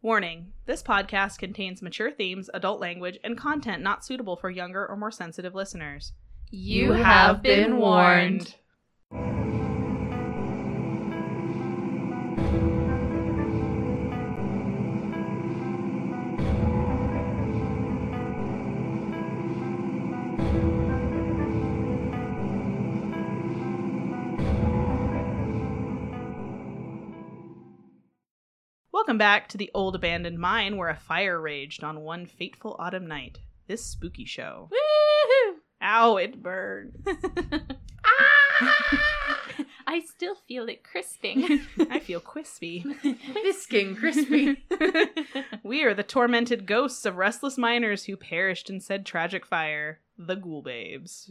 Warning This podcast contains mature themes, adult language, and content not suitable for younger or more sensitive listeners. You have been warned. Welcome back to the old abandoned mine where a fire raged on one fateful autumn night. This spooky show. Woohoo! Ow, it burned. I still feel it crisping. I feel crispy. Biskin crispy. We are the tormented ghosts of restless miners who perished in said tragic fire, the ghoul babes.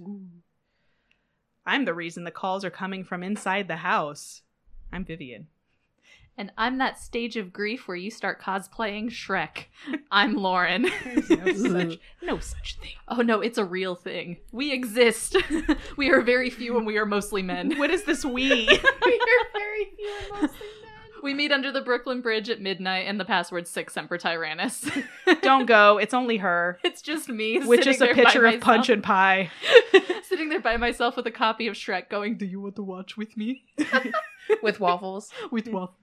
I'm the reason the calls are coming from inside the house. I'm Vivian. and I'm that stage of grief where you start cosplaying Shrek. I'm Lauren. There's no such, no such thing. Oh no, it's a real thing. We exist. we are very few and we are mostly men. What is this we? we are very few and mostly men. We meet under the Brooklyn Bridge at midnight and the password's Six Semper Tyrannus. Don't go. It's only her. it's just me. With sitting just a there by picture of myself. punch and pie. sitting there by myself with a copy of Shrek going, Do you want to watch with me? With waffles. with waffles.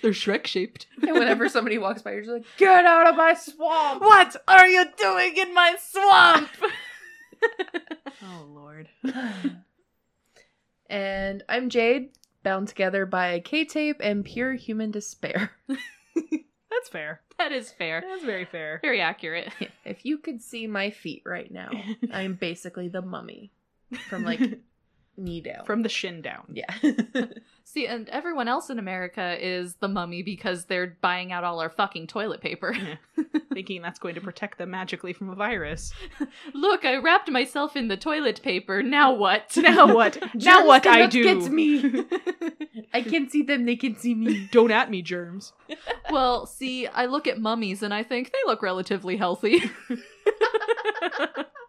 They're Shrek shaped. And whenever somebody walks by, you're just like, get out of my swamp. What are you doing in my swamp? Oh lord. and I'm Jade, bound together by K tape and pure human despair. That's fair. that is fair. That's very fair. Very accurate. If you could see my feet right now, I'm basically the mummy from like knee down. from the shin down. yeah. See, and everyone else in America is the mummy because they're buying out all our fucking toilet paper. Thinking that's going to protect them magically from a virus. Look, I wrapped myself in the toilet paper. Now what? Now what? now Germs what I cannot do. Get me. I can see them. They can see me. Don't at me, germs. well, see, I look at mummies and I think they look relatively healthy.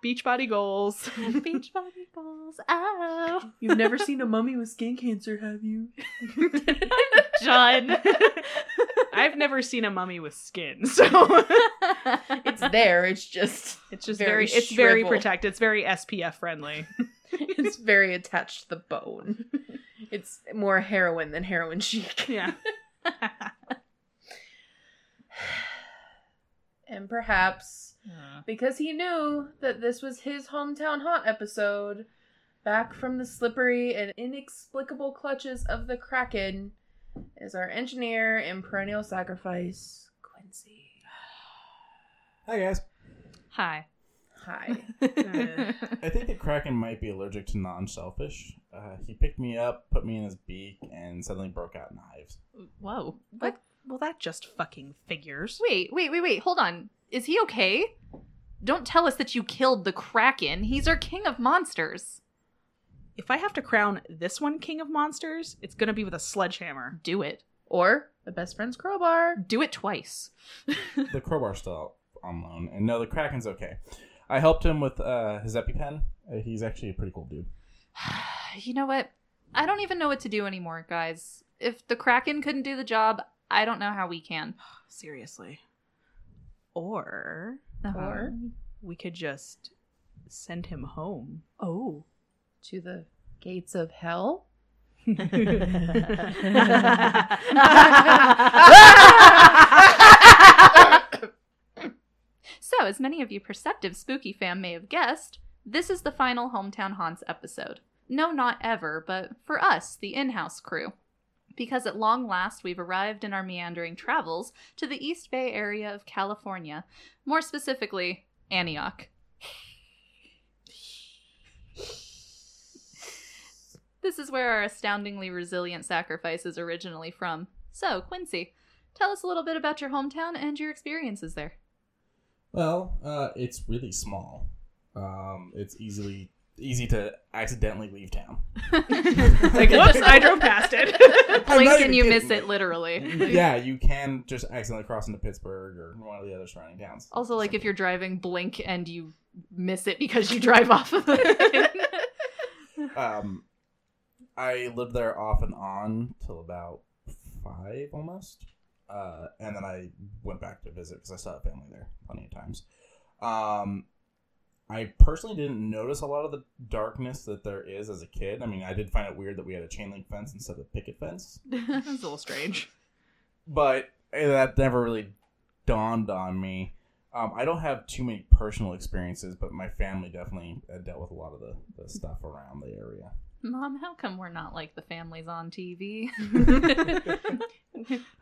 Beachbody goals. Beach volleyball's out. You've never seen a mummy with skin cancer, have you? John. I've never seen a mummy with skin, so It's there. It's just it's just very, Very it's very shriveled. protected. It's very SPF friendly. it's very attached to the bone. It's more heroin than heroin chic. Yeah. And perhaps because he knew that this was his hometown haunt episode, back from the slippery and inexplicable clutches of the Kraken is our engineer and perennial sacrifice, Quincy. Hi guys. Hi. Hi. I think the Kraken might be allergic to non-shellfish. Uh, he picked me up, put me in his beak, and suddenly broke out in hives. Whoa. What? Well, that just fucking figures. Wait, wait, wait, wait. Hold on. Is he okay? Don't tell us that you killed the Kraken. He's our king of monsters. If I have to crown this one king of monsters, it's gonna be with a sledgehammer. Do it. or the best friend's crowbar. Do it twice. The crowbar's still out on loan, and no, the Kraken's okay. I helped him with uh, his EpiPen. Uh, he's actually a pretty cool dude. you know what? I don't even know what to do anymore, guys. If the Kraken couldn't do the job, I don't know how we can. Seriously. Or um, Or- we could just send him home. oh. to the gates of hell. So, as many of you perceptive spooky fam may have guessed, this is the final Hometown Haunts episode. No, not ever, but for us, the in house crew. Because at long last, we've arrived in our meandering travels to the East Bay area of California, more specifically, Antioch. This is where our astoundingly resilient sacrifice is originally from. So, Quincy, tell us a little bit about your hometown and your experiences there. Well, uh, it's really small. Um, it's easily easy to accidentally leave town. like, whoops, I drove past it. I'm not Blink even and you kidding. miss it, literally. yeah, you can just accidentally cross into Pittsburgh or one of the other surrounding towns. Also, like if you're driving, blink and you miss it because you drive off of it. um, I lived there off and on till about five almost. uh, and then I went back to visit because I saw family there plenty of times. Um, I personally didn't notice a lot of the darkness that there is as a kid. I mean, I did find it weird that we had a chain link fence instead of a picket fence, it's a little strange. but that never really dawned on me. Um, I don't have too many personal experiences, but my family definitely uh, dealt with a lot of the, the stuff around the area. Mom, how come we're not like the families on TV?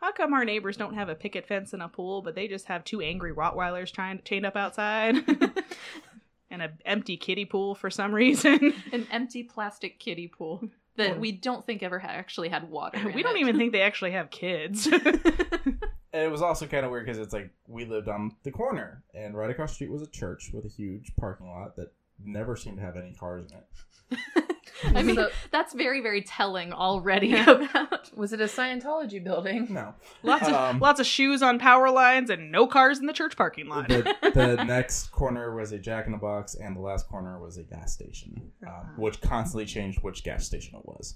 How come our neighbors don't have a picket fence and a pool, but they just have two angry Rottweilers trying to chained up outside and an empty kiddie pool for some reason? An empty plastic kiddie pool that we don't think ever ha- actually had water. in we don't it. even think they actually have kids. And it was also kind of weird because it's like we lived on the corner, and right across the street was a church with a huge parking lot that never seemed to have any cars in it. I mean, So- that's very, very telling already Yeah. about. was it a Scientology building? No. lots of Um, lots of shoes on power lines and no cars in the church parking lot. The, the next corner was a Jack in the Box, and the last corner was a gas station, Uh-huh. um, which constantly changed which gas station it was.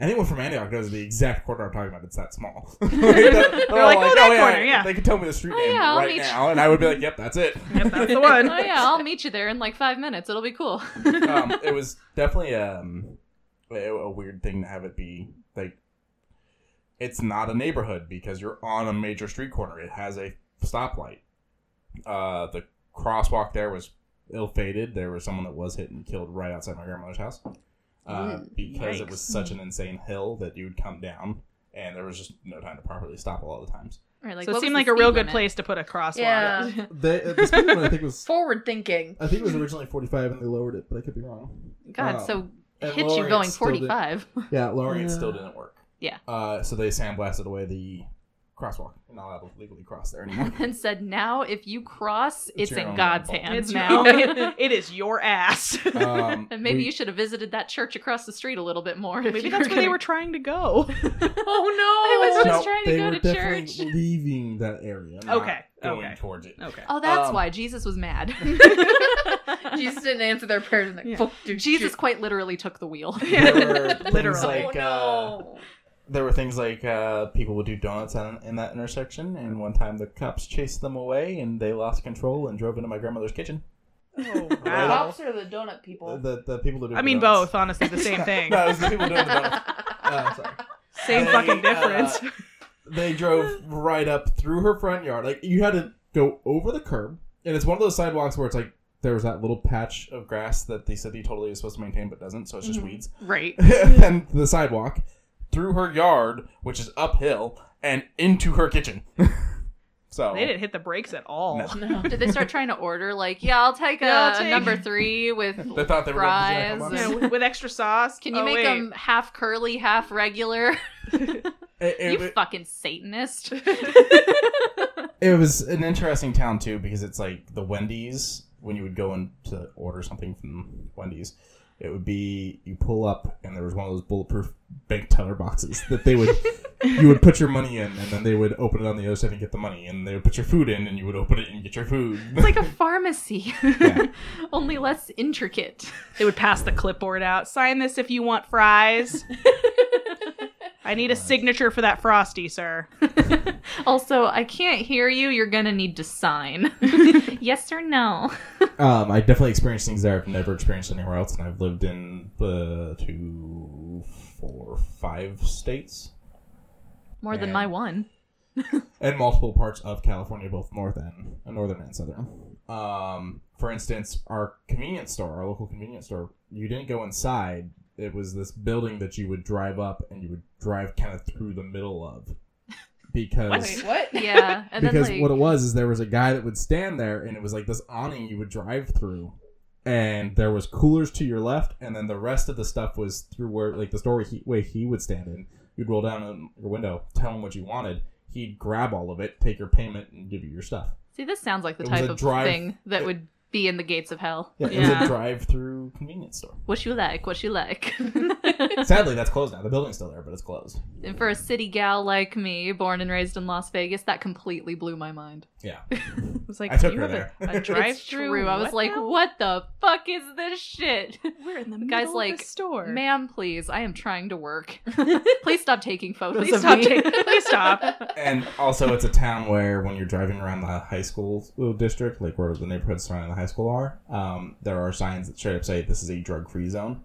And anyone from Antioch knows the exact corner I'm talking about. It's that small. Like, that- They're like, "Oh, that corner, yeah." They could tell me the street Oh, name yeah, I'll right meet you. now, and I would be like, yep, that's it. Yep, that's the one. Oh, yeah, I'll meet you there in like five minutes. It'll be cool. um, it was definitely um, a, a weird thing to have it be like it's not a neighborhood because you're on a major street corner it has a stoplight uh, the crosswalk there was ill-fated there was someone that was hit and killed right outside my grandmother's house uh, Ooh, because it yikes. was such an insane hill that you would come down and there was just no time to properly stop a lot of the times Or, like, so it what was seemed the like a speed real good limit? place to put a crosswalk. Yeah. the, uh, the speed limit i think was Forward thinking. i think it was originally 45 and they lowered it but i could be wrong God, Um, so and hit you lowering going it still didn't- 45. Yeah, lowering it still Yeah. didn't work. Yeah. Uh, so they sandblasted away the crosswalk. You're not allowed to legally cross there anymore. and said, now if you cross, it's, It's your in own God's fault." hands It's your now. own, it is your ass. Um, and maybe we- you should have visited that church across the street a little bit more. if Maybe you that's where they gonna- were trying to go. Oh I was no! just- trying to they go were to definitely church. leaving that area. not Okay, Going okay. towards it. Okay. Oh, that's Um, why Jesus was mad. Jesus didn't answer their prayers. And like, Yeah. fuck, dude, Jesus shit. quite literally took the wheel. There were things Literally. like uh, oh, no. there were things like uh, people would do donuts on, in that intersection, and one time the cops chased them away, and they lost control and drove into my grandmother's kitchen. Oh, The Wow. cops or the donut people? uh, The, the people that do I mean, both, honestly, the same thing. no, it was the people doing the donuts. Uh, sorry. Same They, fucking difference. they drove right up through her front yard. Like you had to go over the curb, and it's one of those sidewalks where it's like there was that little patch of grass that the city totally is supposed to maintain but doesn't, so it's just Mhm. weeds. right. and the sidewalk through her yard, which is uphill, and into her kitchen. so They didn't hit the brakes at all. No. no. Did they start trying to order like, yeah, I'll take a Yeah, I'll take- number three with they thought they were fries? going to Yeah, with, with extra sauce. Can you Oh, make wait. them half curly, half regular? it, you it, it, fucking Satanist. it was an interesting town too because it's like the Wendy's when you would go in to order something from Wendy's. It would be you pull up and there was one of those bulletproof bank teller boxes that they would you would put your money in and then they would open it on the other side and get the money and they would put your food in and you would open it and get your food. It's like a pharmacy, Yeah. only less intricate. They would pass the clipboard out. Sign this if you want fries. I need a signature for that frosty, sir. Also, I can't hear you. You're gonna need to sign. yes or no? Um, I definitely experienced things there I've never experienced anywhere else, and I've lived in uh, two, four, five states More than Man. my one. and multiple parts of California, both north and uh, northern and southern. Um, for instance, our convenience store, our local convenience store, you didn't go inside. It was this building that you would drive up, and you would drive kind of through the middle of, because Wait, what? Yeah, and because then like what it was is there was a guy that would stand there and it was like this awning you would drive through and there was coolers to your left and then the rest of the stuff was through where like the store he, way he would stand in you'd roll down in your window tell him what you wanted he'd grab all of it take your payment and give you your stuff see, this sounds like the it was type a of drive- thing that it- would be in the gates of hell. Yeah, it was Yeah. a drive-through convenience store. What you like, what you like. Sadly, that's closed now. The building's still there, but it's closed. and for a city gal like me, born and raised in Las Vegas, that completely blew my mind. Yeah, It was like I took you her have there. a, a It's drive-through. true. I was like, now? what the fuck is this shit? We're in the, guy's middle like, of the store. Ma'am, please, I am trying to work. please stop taking photos please of stop. me. taking- please stop. and also it's a town where when you're driving around the high school district, like where the neighborhoods surrounding the high school are, um, there are signs that straight up say this is a drug-free zone.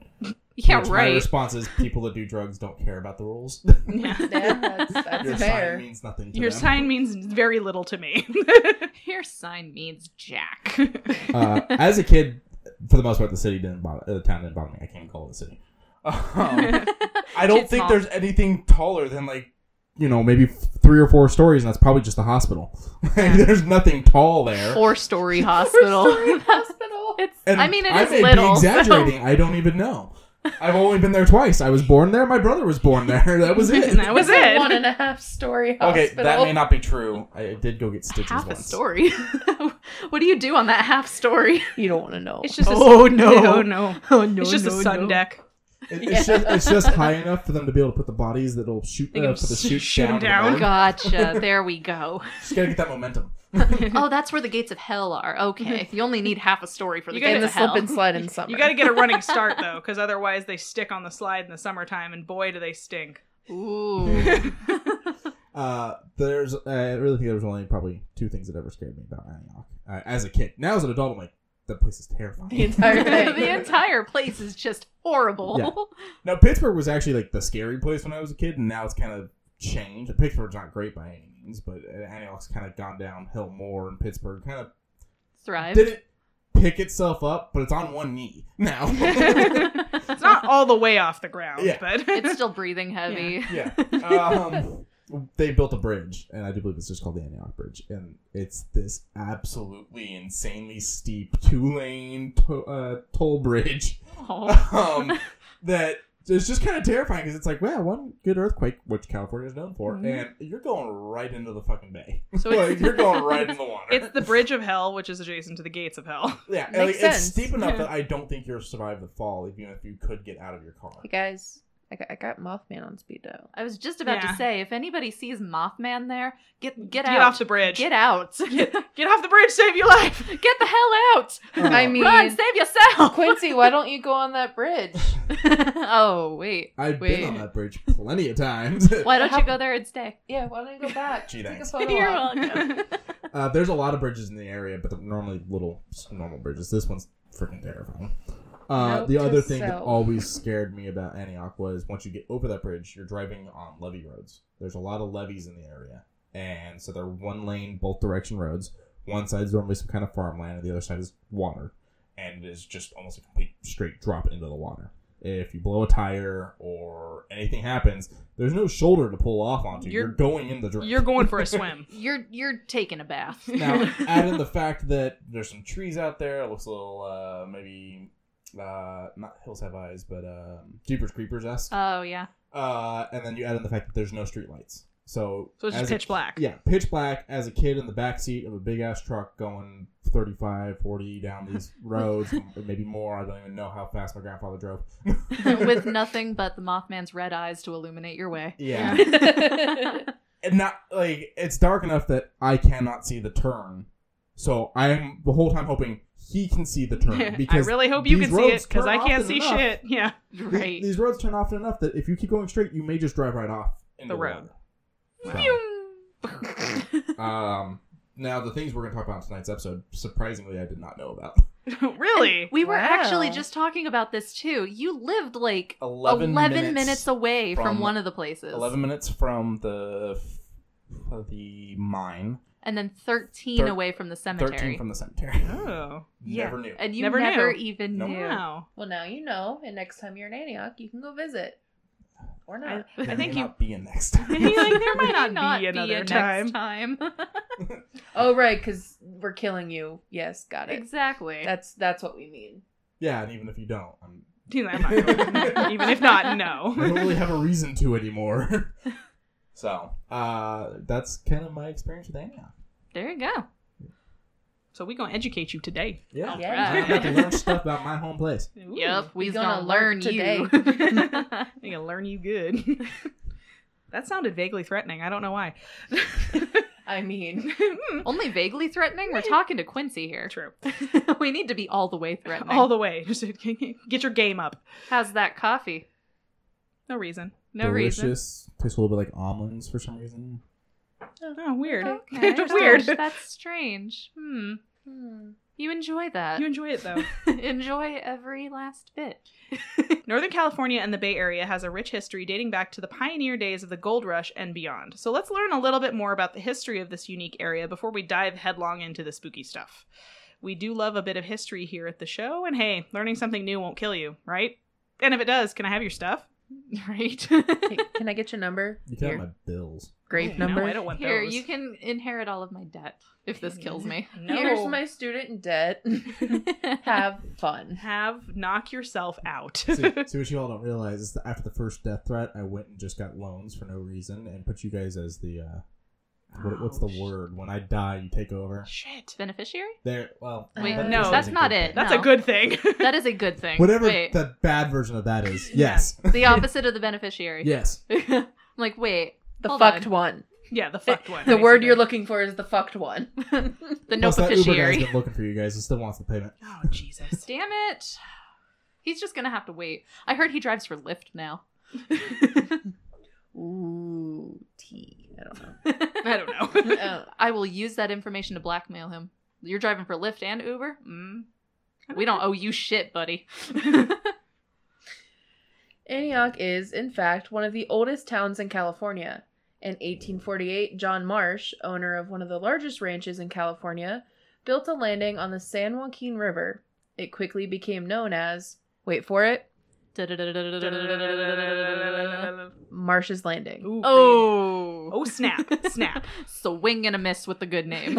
yeah, Which My right. response is people that do drugs don't care about the rules. Yeah. Yeah, that's, that's Your fair. sign means nothing to Your them. sign means very little to me. Your sign means Jack. uh, as a kid, for the most part, the city didn't bother. The town didn't bother me. I can't call it a city. Um, I don't Shit's think small. there's anything taller than like you know maybe f- three or four stories, and that's probably just a hospital. Like, there's nothing tall there. Four story hospital. First-story hospital. it's. And I mean, it I is may little. Be so- exaggerating. I don't even know. I've only been there twice. I was born there. My brother was born there. That was it. and that was It's a it. One and a half story hospital. okay, that may not be true. I did go get stitches half once. a story. what do you do on that half story? You don't want to know. It's just a, Oh, no. no no Oh no! it's just a sun deck. It- It's, just, it's just high enough for them to be able to put the bodies that'll shoot They can uh, for the s- shoot, shoot 'em down. down. the road. Gotcha. There we go. Just gotta get that momentum. Oh, that's where the gates of hell are. Okay, you only need half a story for the You gates gotta- in the of hell. slip and slide in summer. You got to get a running start though, because otherwise they stick on the slide in the summertime, and boy do they stink. Ooh. Uh, there's, I really think there was only probably two things that ever scared me about Antioch uh, as a kid. Now as an adult, I'm like, that place is the terrifying. entire thing. the entire place is just horrible. now Pittsburgh was actually like the scary place when I was a kid, and now it's kind of changed. Pittsburgh's not great by any means, but Antioch's kind of gone downhill more, and Pittsburgh kind of Thrive. didn't pick itself up, but it's on one knee now. It's not all the way off the ground, Yeah. but it's still breathing heavy. Yeah. Um, they built a bridge, and I do believe it's just called the Antioch Bridge, and it's this absolutely insanely steep two-lane to- uh, toll bridge Oh. um, that it's just kind of terrifying because it's like, well, one good earthquake, which California is known for, Mhm. and you're going right into the fucking bay. so Like, it's, you're going right in the water. it's the bridge of hell, which is adjacent to the gates of hell. yeah, Makes and, like, sense. it's steep enough that I don't think you'll survive the fall, even if you could get out of your car. Hey guys, I got, I got Mothman on speed dial. I was just about Yeah. to say, if anybody sees Mothman there, get get, Get out. off the bridge. Get out. Get, Get off the bridge. Save your life. the hell out. Oh. I mean, Run, save yourself. Quincy, why don't you go on that bridge? oh wait. I've Wait. been on that bridge plenty of times. Why don't you How- go there and stay? Yeah, why don't you go back? Gee, Take a thanks. photo You're op. welcome. Uh, there's a lot of bridges in the area, but they're normally little just normal bridges. This one's freaking terrifying. Uh, Note the to other thing that self. always scared me about Antioch was once you get over that bridge, you're driving on levee roads. There's a lot of levees in the area, and so they're one lane, both direction roads. One side's normally some kind of farmland, and the other side is water, and it is just almost a complete straight drop into the water. If you blow a tire or anything happens, there's no shoulder to pull off onto. You're, You're- going in the drink. You're going for a swim. You're you're taking a bath. Now, add in the fact that there's some trees out there. It looks a little, uh, maybe, uh, not Hills Have Eyes, but um, Jeepers Creepers esque. Uh, oh yeah. and then you add in the fact that there's no streetlights. So, So it's just as a- pitch black. yeah, pitch black as a kid in the backseat of a big ass truck going 35, 40 down these roads, or maybe more. I don't even know how fast my grandfather drove. With nothing but the Mothman's red eyes to illuminate your way. Yeah. and not like it's dark enough that I cannot see the turn. So I'm the whole time hoping he can see the turn I because really hope you these can see it roads because turn I can't often see enough. shit. Yeah. Th- right. These roads turn often enough that if you keep going straight, you may just drive right off into The road. water. So, um, now the things we're gonna talk about in tonight's episode, surprisingly, I did not know about. really? we were Wow. actually just talking about this too. You lived like 11 11, minutes minutes, away from, from- one of the places. Eleven minutes from the f- the mine, and then 13 Thir- away from the cemetery. thirteen from the cemetery. Oh. Never knew. and you Never never, knew. even No. knew. Wow. well, now you know, and next time you're in Antioch, you can go visit. Or I, not. I There think may you. not be in next time. You're like, there might May not, be a another next time. time. Oh, right, because we're killing you. Yes, got it. exactly. That's that's what we mean. yeah, and even if you don't, I'm, He's like, I'm not going. Even if not, I don't no. really have a reason to anymore. so uh, that's kind of my experience with Antioch. There you go. So we gonna educate you today. Yeah. Yeah. I'm about to learn stuff about my home place. Ooh, Yep, we's gonna gonna, learn, learn you. We gonna learn you good. that sounded vaguely threatening. I don't know why. I mean, Only vaguely threatening. We're talking to Quincy here. True. we need to be all the way threatening. All the way. Just get your game up. How's that coffee? No reason. No reason. Delicious. Tastes a little bit like almonds for some reason. Oh, weird. Okay. weird. Gosh, that's strange. Hmm. hmm. You enjoy that. You enjoy it though. enjoy every last bit. Northern California and the Bay Area has a rich history dating back to the pioneer days of the gold rush and beyond. So let's learn a little bit more about the history of this unique area before we dive headlong into the spooky stuff. We do love a bit of history here at the show, and hey, learning something new won't kill you, right? And if it does, can I have your stuff? Right. Hey, can I get your number? You got Your my bills. Grave Oh, number. No, I don't want Here, those. you can inherit all of my debt if this kills me. No. Here's my student debt. Have fun. have knock yourself out. see, see what you all don't realize is that after the first death threat, I went and just got loans for no reason and put you guys as the uh, what, what's the Oh, sh- word when I die, you take over. Shit. Beneficiary? There, well, Wait, that no, is that's a not good it. thing. That's No. a good thing. That is a good thing. Whatever Wait, the bad version of that is, yes, the opposite of the beneficiary. yes. I'm like, wait, The Hold fucked on. one. yeah, the fucked one. The word you're basically. looking for is the fucked one. the no Plus, that Uber guy's beneficiary. been looking for you guys. He still wants the payment. Oh Jesus. Damn it. He's just gonna have to wait. I heard he drives for Lyft now. Ooh, tea. I don't know. I don't know. Oh, I will use that information to blackmail him. You're driving for Lyft and Uber? Mm. We don't owe you shit, buddy. Antioch is, in fact, one of the oldest towns in California. In 1848, John Marsh, owner of one of the largest ranches in California, built a landing on the San Joaquin River. It quickly became known as, wait for it, Marsh's Landing. Ooh, Oh. Oh, snap. Snap. Swing and a miss with the good name.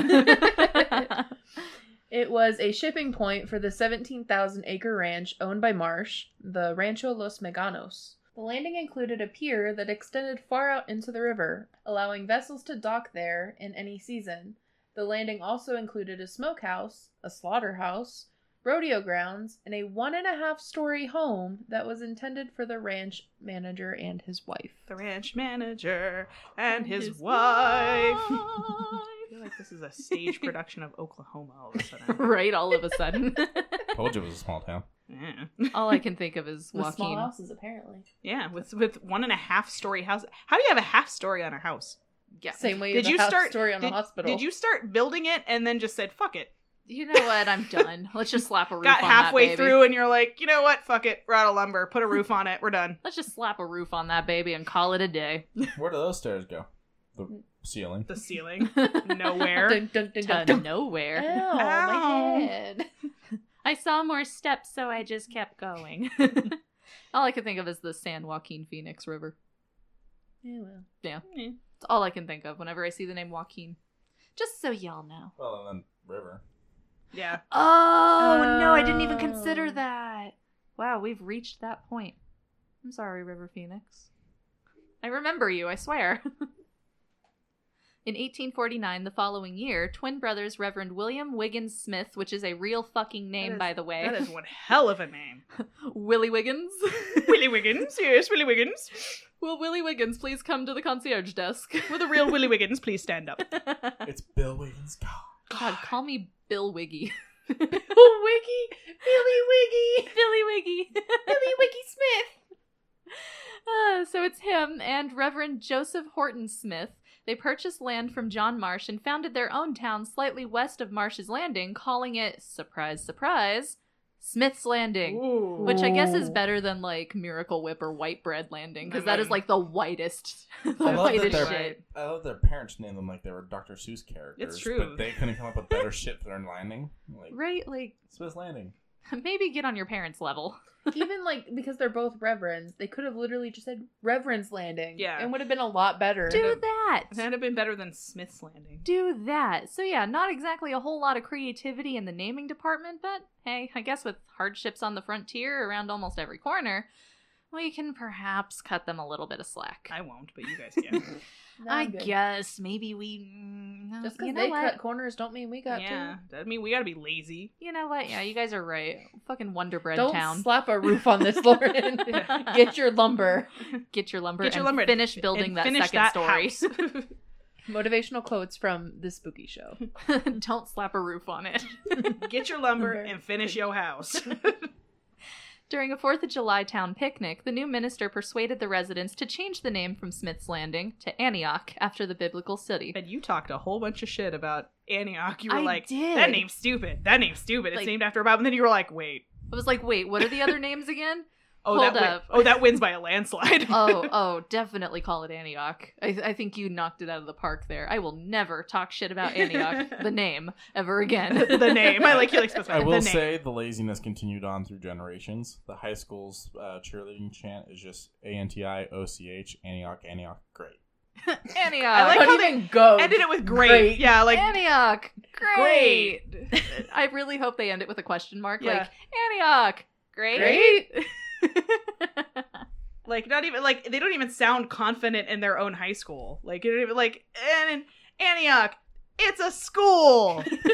It was a shipping point for the 17,000 acre ranch owned by Marsh, the Rancho Los Meganos. The landing included a pier that extended far out into the river, allowing vessels to dock there in any season. The landing also included a smokehouse, a slaughterhouse, rodeo grounds, and a one and a half story home that was intended for the ranch manager and his wife. the ranch manager and his, wife. I feel like this is a stage production of Oklahoma all of a sudden. right all of a sudden. Told you it was a small town. Yeah. all I can think of is With small Joaquin. houses, apparently. yeah, with with one and a half story house. How do you have a half story on a house? Yeah. Same way Did the you house start- story on the hospital. Did you start building it and then just said fuck it? You know what? I'm done. Let's just slap a roof Got on halfway that baby. through and you're like, you know what? Fuck it. We're out of lumber. Put a roof on it. We're done. Let's just slap a roof on that baby and call it a day. Where do those stairs go? The ceiling. The ceiling. Nowhere. Dun, dun, dun, dun, to dun. nowhere. Ow, Ow. my head. I saw more steps, so I just kept going. all I can think of is the San Joaquin Phoenix River. Yeah, well. Yeah. It's all I can think of whenever I see the name Joaquin. Just so y'all know. Well, and then river. Yeah. Oh, no, I didn't even Oh. consider that. Wow, we've reached that point. I'm sorry, River Phoenix. I remember you, I swear. In 1849, the following year, twin brothers Reverend William Wiggins Smith, which is a real fucking name, is- by the way, That is one hell of a name. Willie Wiggins. Willie Wiggins. Yes, Willie Wiggins. Will Willie Wiggins please come to the concierge desk? Will the real Willie Wiggins please stand up? God, It's Bill Wiggins. God. call me Bill Wiggy. Oh, Wiggy! Billy Wiggy! Billy Wiggy. Billy Wiggy Smith! Uh, so it's him and Reverend Joseph Horton Smith. They purchased land from John Marsh and founded their own town slightly west of Marsh's Landing, calling it, surprise, surprise, Smith's Landing. Ooh. Which I guess is Ooh. better than like Miracle Whip or White Bread Landing, because I that mean- is like the whitest, the I love that whitest they're- shit. I love their parents named them like they were Dr. Seuss characters. It's true. But they couldn't come up with better shit for their landing. Like Right? Like Swiss landing. maybe get on your parents' level. Even like, because they're both reverends, they could have literally just said Reverend's Landing. Yeah. And would have been a lot better. Do That'd- that. That'd have been better than Smith's Landing. do that. So yeah, not exactly a whole lot of creativity in the naming department, but hey, I guess with hardships on the frontier around almost every corner, We can perhaps cut them a little bit of slack. I won't, but you guys can. No, I I'm good. guess maybe we. mm, no, Just you because know they what? cut corners don't mean we got yeah, I mean we gotta be lazy. You know what? Yeah, you guys are right. Fucking Wonder to. Bread Don't Town. slap a roof on this, Lauren. Get your lumber. Get your lumber. Get your and lumber and- Finish And building that finish second story. house. Motivational quotes from the spooky show. Don't slap a roof on it. Get your lumber Very and finish your house. During a 4th of July town picnic, the new minister persuaded the residents to change the name from Smith's Landing to Antioch after the biblical city. and you talked a whole bunch of shit about Antioch. You were I like, did. that name's stupid. That name's stupid. It's Like- named after a Bible. And then you were like, wait, I was like, wait, what are the other names again? oh that Hold win- up. oh that wins by a landslide. Oh, oh, definitely call it Antioch. I, I think you knocked it out of the park there. I will never talk shit about Antioch, the name, ever again. the name. I like you like specify I the will name. say the laziness continued on through generations. The high school's uh, cheerleading chant is just A N T I O C H Antioch Antioch. Great. Antioch. I like Don't how they even go. Ended it um, with great. Great. Yeah, like Antioch. Great. Great. I really hope they end it with a question mark. Yeah. Like Antioch. Great. Great. like not even like they don't even sound confident in their own high school. Like you don't even like and Antioch. It's a school.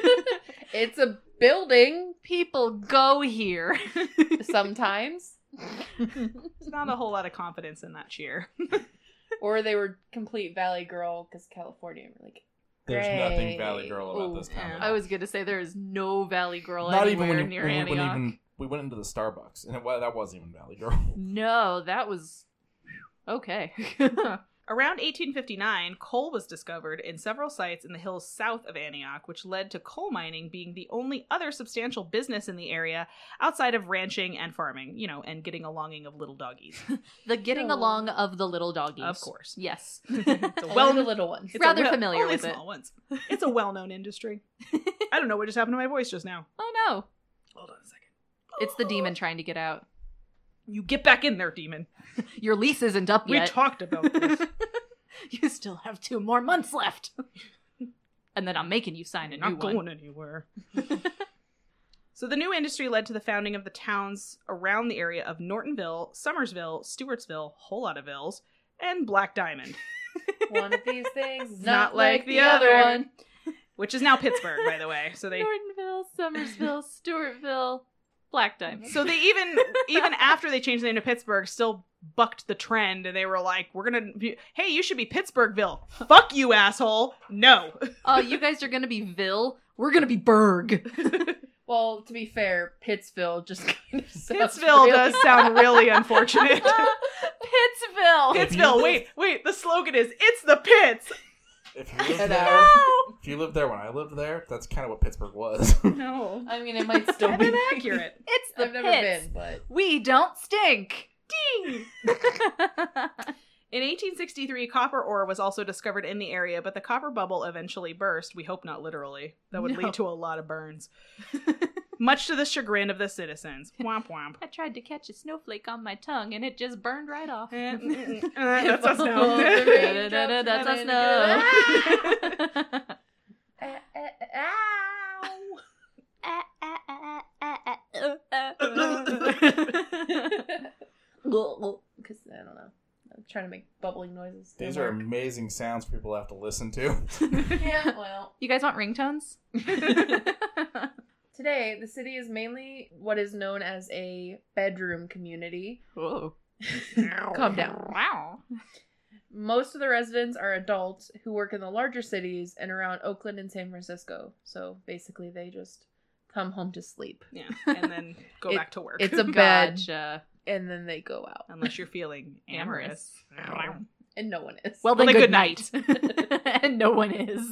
It's a building People go here. sometimes. There's not a whole lot of confidence in that cheer. or they were complete Valley Girl because California. We're like, There's Great. nothing Valley Girl about Ooh, this town. yeah. at I all. was gonna say there is no Valley Girl not even anywhere when, you, near when, we- when Antioch. even we went into the Starbucks and it, wa that wasn't even Valley Girl. No, that was okay. Around 1859, coal was discovered in several sites in the hills south of Antioch, which led to coal mining being the only other substantial business in the area outside of ranching and farming, you know, and getting a longing of little doggies. the getting Oh. along of the little doggies. Of course. Yes. It's a well, well only the little ones. it's a rather well- familiar only with it. small ones. It's a well-known industry. I don't know what just happened to my voice just now. Oh no. Hold on a second. It's the demon trying to get out. You get back in there, demon. Your lease isn't up We yet. talked about this. you still have two more months left. and then I'm making you sign a Not new going one. anywhere. so the new industry led to the founding of the towns around the area of Nortonville, Summersville, Stewartsville, whole lot of villes, and Black Diamond, One of these things, is Not like the other. which is now Pittsburgh, by the way. So they Nortonville, Summersville, Stewartville, Black Diamond. so they even even after they changed the name to Pittsburgh, still bucked the trend, and they were like, "We're gonna, be, hey, you should be Pittsburghville. Fuck you, asshole. No, Oh, you guys are gonna be Ville. We're gonna be Berg. Well, to be fair, Pittsville just kind of sounds Pittsville really- does sound really unfortunate." Pittsville. Pittsville, wait, wait. The slogan is "It's the Pits." If you lived there, Hello. if you lived there when I lived there, that's kind of what Pittsburgh was. No, I mean, it might still I've be been accurate. It's the I've never pits. been, but We don't stink. Ding. In 1863, copper ore was also discovered in the area, but the copper bubble eventually burst. We hope not literally. That would No. lead to a lot of burns. Much to the chagrin of the citizens. Womp womp. I tried to catch a snowflake on my tongue and it just burned right off. Eh, mm, mm, uh, That's us Oh, now. great. That's us now. Ah, ah, ah, ow. Eh, eh. Because I don't know. I'm trying to make bubbling noises. These are amazing sounds for people to have to listen to. yeah. Well, You guys want ringtones? today the city is mainly what is known as a bedroom community. Whoa. Calm down. Wow. Most of the residents are adults who work in the larger cities and around Oakland and San Francisco. So basically, they just come home to sleep, Yeah, and then go It- back to work. it's a- Bad. Gotcha. and then they go out, Unless you're feeling amorous. and no one is. Well, Well, then, then good, good night. and no one is.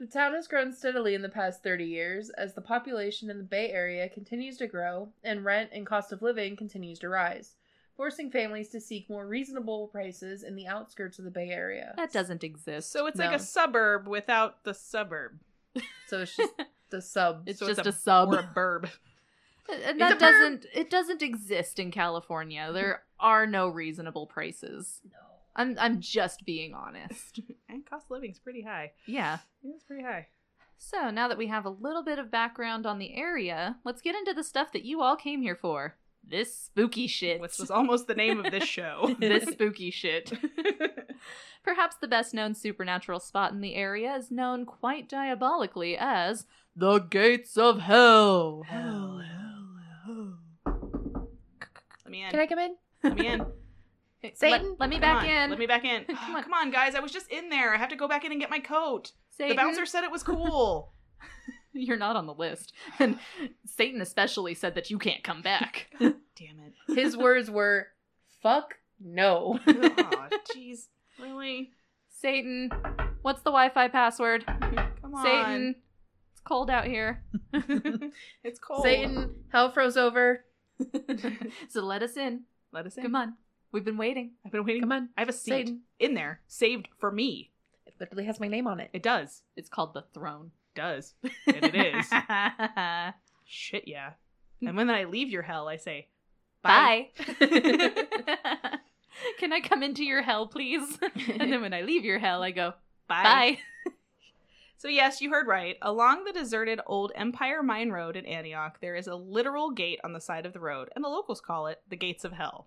The town has grown steadily in the past 30 years as the population in the Bay Area continues to grow and rent and cost of living continues to rise, forcing families to seek more reasonable prices in the outskirts of the Bay Area. That doesn't exist. So it's like No. a suburb without the suburb. So it's just the sub. it's so it's just a, sub. Or a burb. And It's that a perm. doesn't it doesn't exist in California. There are no reasonable prices. No. I'm I'm just being honest. And cost of living's pretty high. Yeah. It's pretty high. So now that we have a little bit of background on the area, let's get into the stuff that you all came here for. this spooky shit. Which was almost the name of this show. this spooky shit. Perhaps the best known supernatural spot in the area is known quite diabolically as the Gates of Hell. Hell, hell, hell. Let me in. Can I come in? Let me in. Hey, Satan? Let, let me Come back on. in. Let me back in. Come come, on. on. guys. I was just in there. I have to go back in and get my coat. Satan, The bouncer said it was cool. You're not on the list. And Satan especially said that you can't come back. Damn it. His words were, "Fuck no." Aw, Jeez. really? Satan, what's the Wi Fi password? Come on. Satan, it's cold out here. it's cold. Satan, hell froze over. so let us in. Let us in. Come on. We've been waiting. I've been waiting. Come on, I have a seat Satan. in there, saved for me. It literally has my name on it. It does. It's called the throne. Does. And it is. Bye. Shit, yeah. And when I leave your hell, I say, Can I come into your hell, please? and then when I leave your hell, I go, Bye. bye. So, yes, you heard right. Along the deserted old Empire Mine Road in Antioch, there is a literal gate on the side of the road, and the locals call it the Gates of Hell.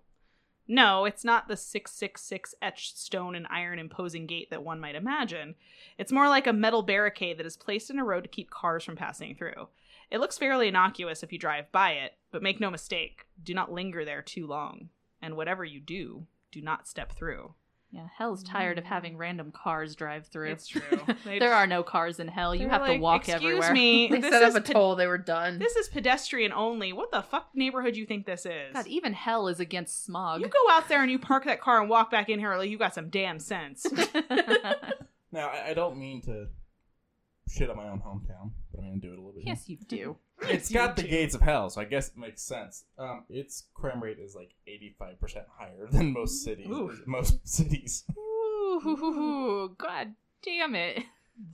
No, it's not the 666 etched stone and iron imposing gate that one might imagine. It's more like a metal barricade that is placed in a road to keep cars from passing through. It looks fairly innocuous if you drive by it, but make no mistake, do not linger there too long. And whatever you do, do not step through. Yeah, hell's tired of having random cars drive through. It's true. They there just- are no cars in hell. You They're have to like, walk Excuse everywhere. me. They this set is up a pe- toll. They were done. Mm-hmm. This is pedestrian only. What the fuck neighborhood you think this is? God, even hell is against smog. you go out there and you park that car and walk back in here like you got some damn sense. Now, I, I don't mean to shit on my own hometown, but I'm gonna do it a little bit. yes, you do. it's got the gates of hell, so I guess it makes sense. Um, its crime rate is like 85 percent higher than most cities. Ooh. Most cities. Ooh, God damn it.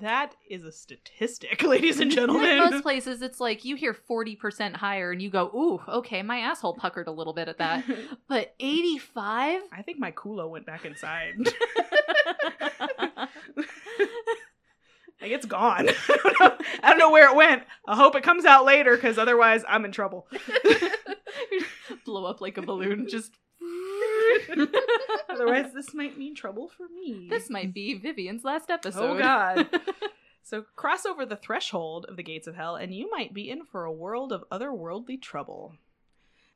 that is a statistic, ladies and Like most gentlemen. places, it's like you hear 40% higher and you go, ooh, okay, my asshole puckered a little bit at that. But 85? I think my culo went back inside. like it's gone. I don't, know, I don't know where it went. I hope it comes out later because otherwise I'm in trouble. Blow up like a balloon. Just otherwise, this might mean trouble for me. this might be Vivian's last episode. Oh god. so cross over the threshold of the gates of hell and you might be in for a world of otherworldly trouble.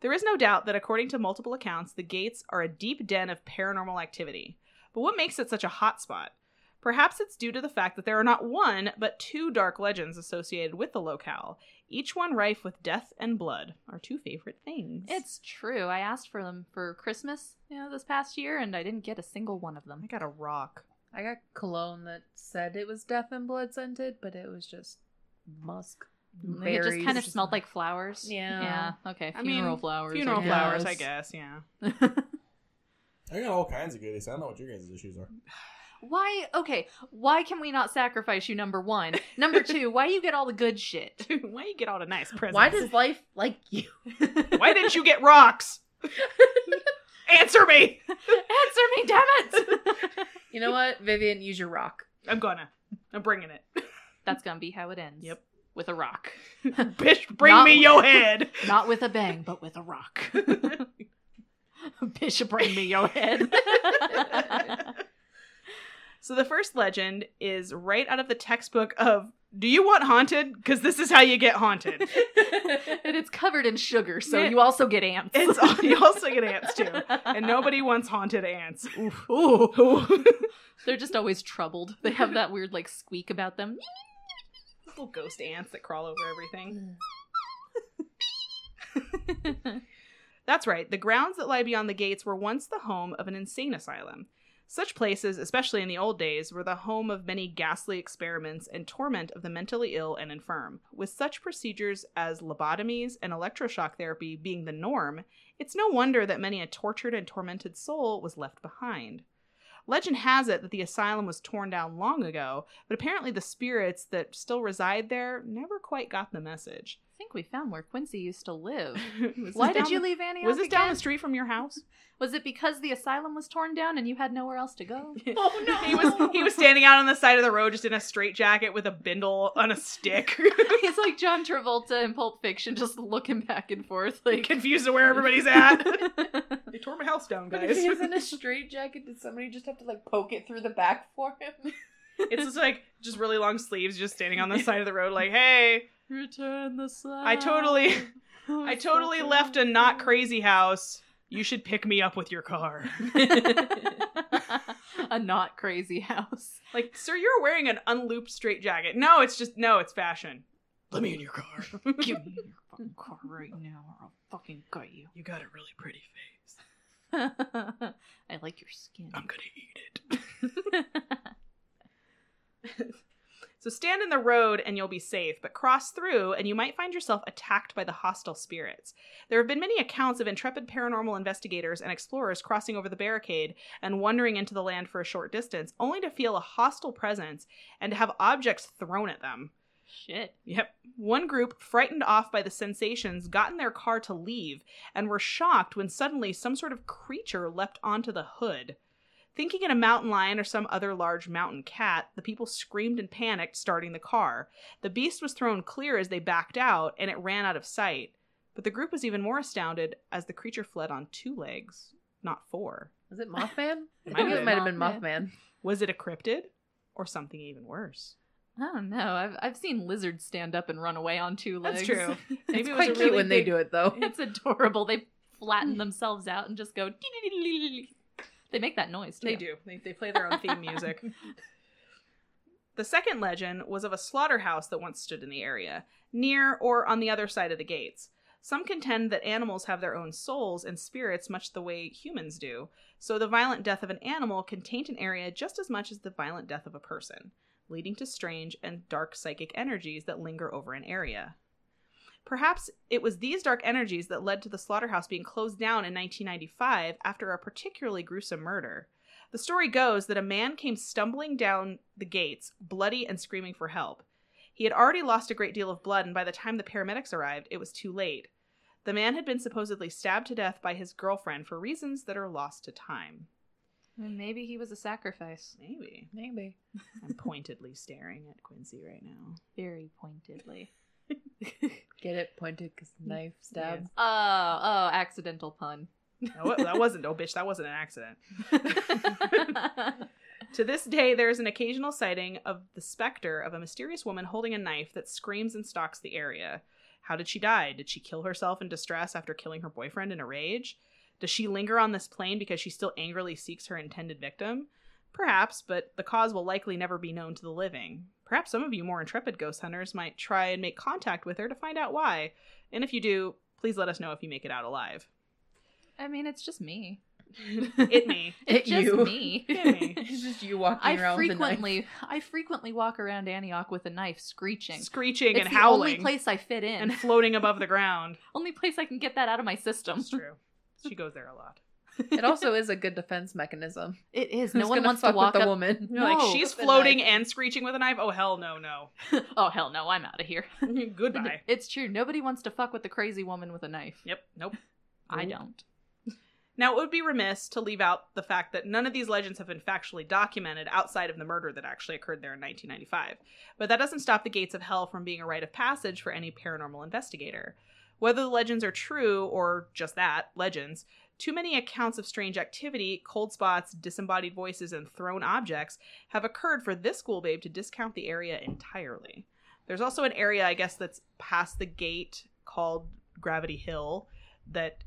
There is no doubt that according to multiple accounts, the gates are a deep den of paranormal activity. But what makes it such a hot spot? Perhaps it's due to the fact that there are not one, but two dark legends associated with the locale, each one rife with death and blood, our two favorite things. It's true. I asked for them for Christmas, you know, this past year, and I didn't get a single one of I them. got a rock. I got cologne that said it was death and blood scented, but it was just musk. It just Berries. kind of smelled like flowers. Yeah. Yeah. Okay. I Funeral mean, flowers. Funeral I flowers, guess. I guess, yeah. flowers. I got all kinds of goodies. I don't know what your guys' issues are. why? Okay. Why can we not sacrifice you? Number one. Number two. Why you get all the good shit? Why you get all the nice presents? Why does life like you? Why didn't you get rocks? Answer me. Answer me, damn it! You know what, Vivian? Use your rock. I'm gonna. I'm bringing it. That's gonna be how it ends. Yep. With a rock. Bitch, bring Not- me your head. Not with a bang, but with a rock. Bishop, bring me your head. so the first legend is right out of the textbook of Do you want haunted? Because this is how you get haunted. and it's covered in sugar, so Man. you also get ants. It's all, you also get ants too, and nobody wants haunted ants. Oof. Ooh. They're just always troubled. They have that weird like squeak about them. Little ghost ants that crawl over everything. That's right, the grounds that lie beyond the gates were once the home of an insane asylum. Such places, especially in the old days, were the home of many ghastly experiments and torment of the mentally ill and infirm. With such procedures as lobotomies and electroshock therapy being the norm, it's no wonder that many a tortured and tormented soul was left behind. Legend has it that the asylum was torn down long ago, but apparently the spirits that still reside there never quite got the message. think we found where Quincy used to live. Was this Why did down you the- leave Antioch Was this again? down the street from your house? Was it because the asylum was torn down and you had nowhere else to go? Oh no! He was he was standing out on the side of the road just in a straitjacket with a bindle on a stick. He's like John Travolta in Pulp Fiction, just looking back and forth, like Confused to where everybody's at. they tore my house down, But if guys. he was in a straight jacket, did somebody just have to like poke it through the back for him? It's just like just really long sleeves, just standing on the side of the road, like, hey, Return the sun. Oh, I totally I totally left a not crazy house. You should pick me up with your car. a not crazy house. Like, sir, you're wearing an unlooped straitjacket. No, it's just no, it's fashion. Let me in your car. you Give me your fucking car right now, or I'll fucking gut you. got a really pretty face. I like your skin. I'm gonna eat it. So stand in the road and you'll be safe, but cross through and you might find yourself attacked by the hostile spirits. There have been many accounts of intrepid paranormal investigators and explorers crossing over the barricade and wandering into the land for a short distance, only to feel a hostile presence and to have objects thrown at them. Shit. Yep. One group, frightened off by the sensations, got in their car to leave and were shocked when suddenly some sort of creature leapt onto the hood. Thinking it a mountain lion or some other large mountain cat, the people screamed and panicked, starting the car. The beast was thrown clear as they backed out, and it ran out of sight. But the group was even more astounded as the creature fled on two legs, not four. Was it Mothman? It I might think have it been might have been Mothman. Was it a cryptid or something even worse? I don't know. I've I've seen lizards stand up and run away on two That's legs. true. Maybe It's it was quite a cute really when they big- do it though. It's adorable. They flatten themselves out and just go. They make that noise. Too. They do. They, they play their own theme music. The second legend was of a slaughterhouse that once stood in the area, near or on the other side of the gates. Some contend that animals have their own souls and spirits much the way humans do, so the violent death of an animal can taint an area just as much as the violent death of a person, leading to strange and dark psychic energies that linger over an area. Perhaps it was these dark energies that led to the slaughterhouse being closed down in 1995 after a particularly gruesome murder. The story goes that a man came stumbling down the gates, bloody and screaming for help. He had already lost a great deal of blood, and by the time the paramedics arrived, it was too late. The man had been supposedly stabbed to death by his girlfriend for reasons that are lost to time. Maybe he was a sacrifice. Maybe. Maybe. I'm pointedly staring at Quincy right now. Very pointedly. Get it pointed because knife stab. Oh, oh, accidental pun. No, what- that wasn't, oh bitch, that wasn't an accident. To this day, there is an occasional sighting of the specter of a mysterious woman holding a knife that screams and stalks the area. How did she die? Did she kill herself in distress after killing her boyfriend in a rage? Does she linger on this plane because she still angrily seeks her intended victim? Perhaps, but the cause will likely never be known to the living. Perhaps some of you more intrepid ghost hunters might try and make contact with her to find out why. And if you do, please let us know if you make it out alive. I mean, it's just me. It me. It's It just you. me. It me. it's just you walking I around frequently, I frequently walk around Antioch with a knife, screeching, Screeching it's and the howling Only place I fit in. and floating above the ground. only place I can get that out of my system. It's true. She goes there a lot. with a knife. It also is a good defense mechanism. It is. Who's No one gonna wants to fuck walk with up. a woman. No. like she's With a floating knife. and screeching with a knife. Oh hell no no. Oh hell no! I'm out of here. Goodbye. It's true. Nobody wants to fuck with the crazy woman with a knife. Yep. Nope. I Nope. don't. Now it would be remiss to leave out the fact that none of these legends have been factually documented outside of the murder that actually occurred there in 1995. But that doesn't stop the gates of hell from being a rite of passage for any paranormal investigator. Whether the legends are true or just that, legends, too many accounts of strange activity, cold spots, disembodied voices, and thrown objects have occurred for this school babe to discount the area entirely. There's also an area, I guess, that's past the gate called Gravity Hill that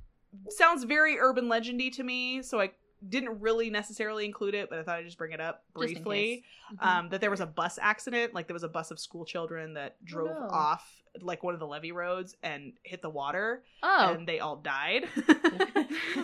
sounds very urban legendy to me, so I didn't really necessarily include it, but I thought I'd just bring it up Just in briefly case. Mm-hmm. Mhm. um, that there was a bus accident. Like there was a bus of school children that drove Oh, no. off like one of the levee roads and hit the water, oh, and they all died,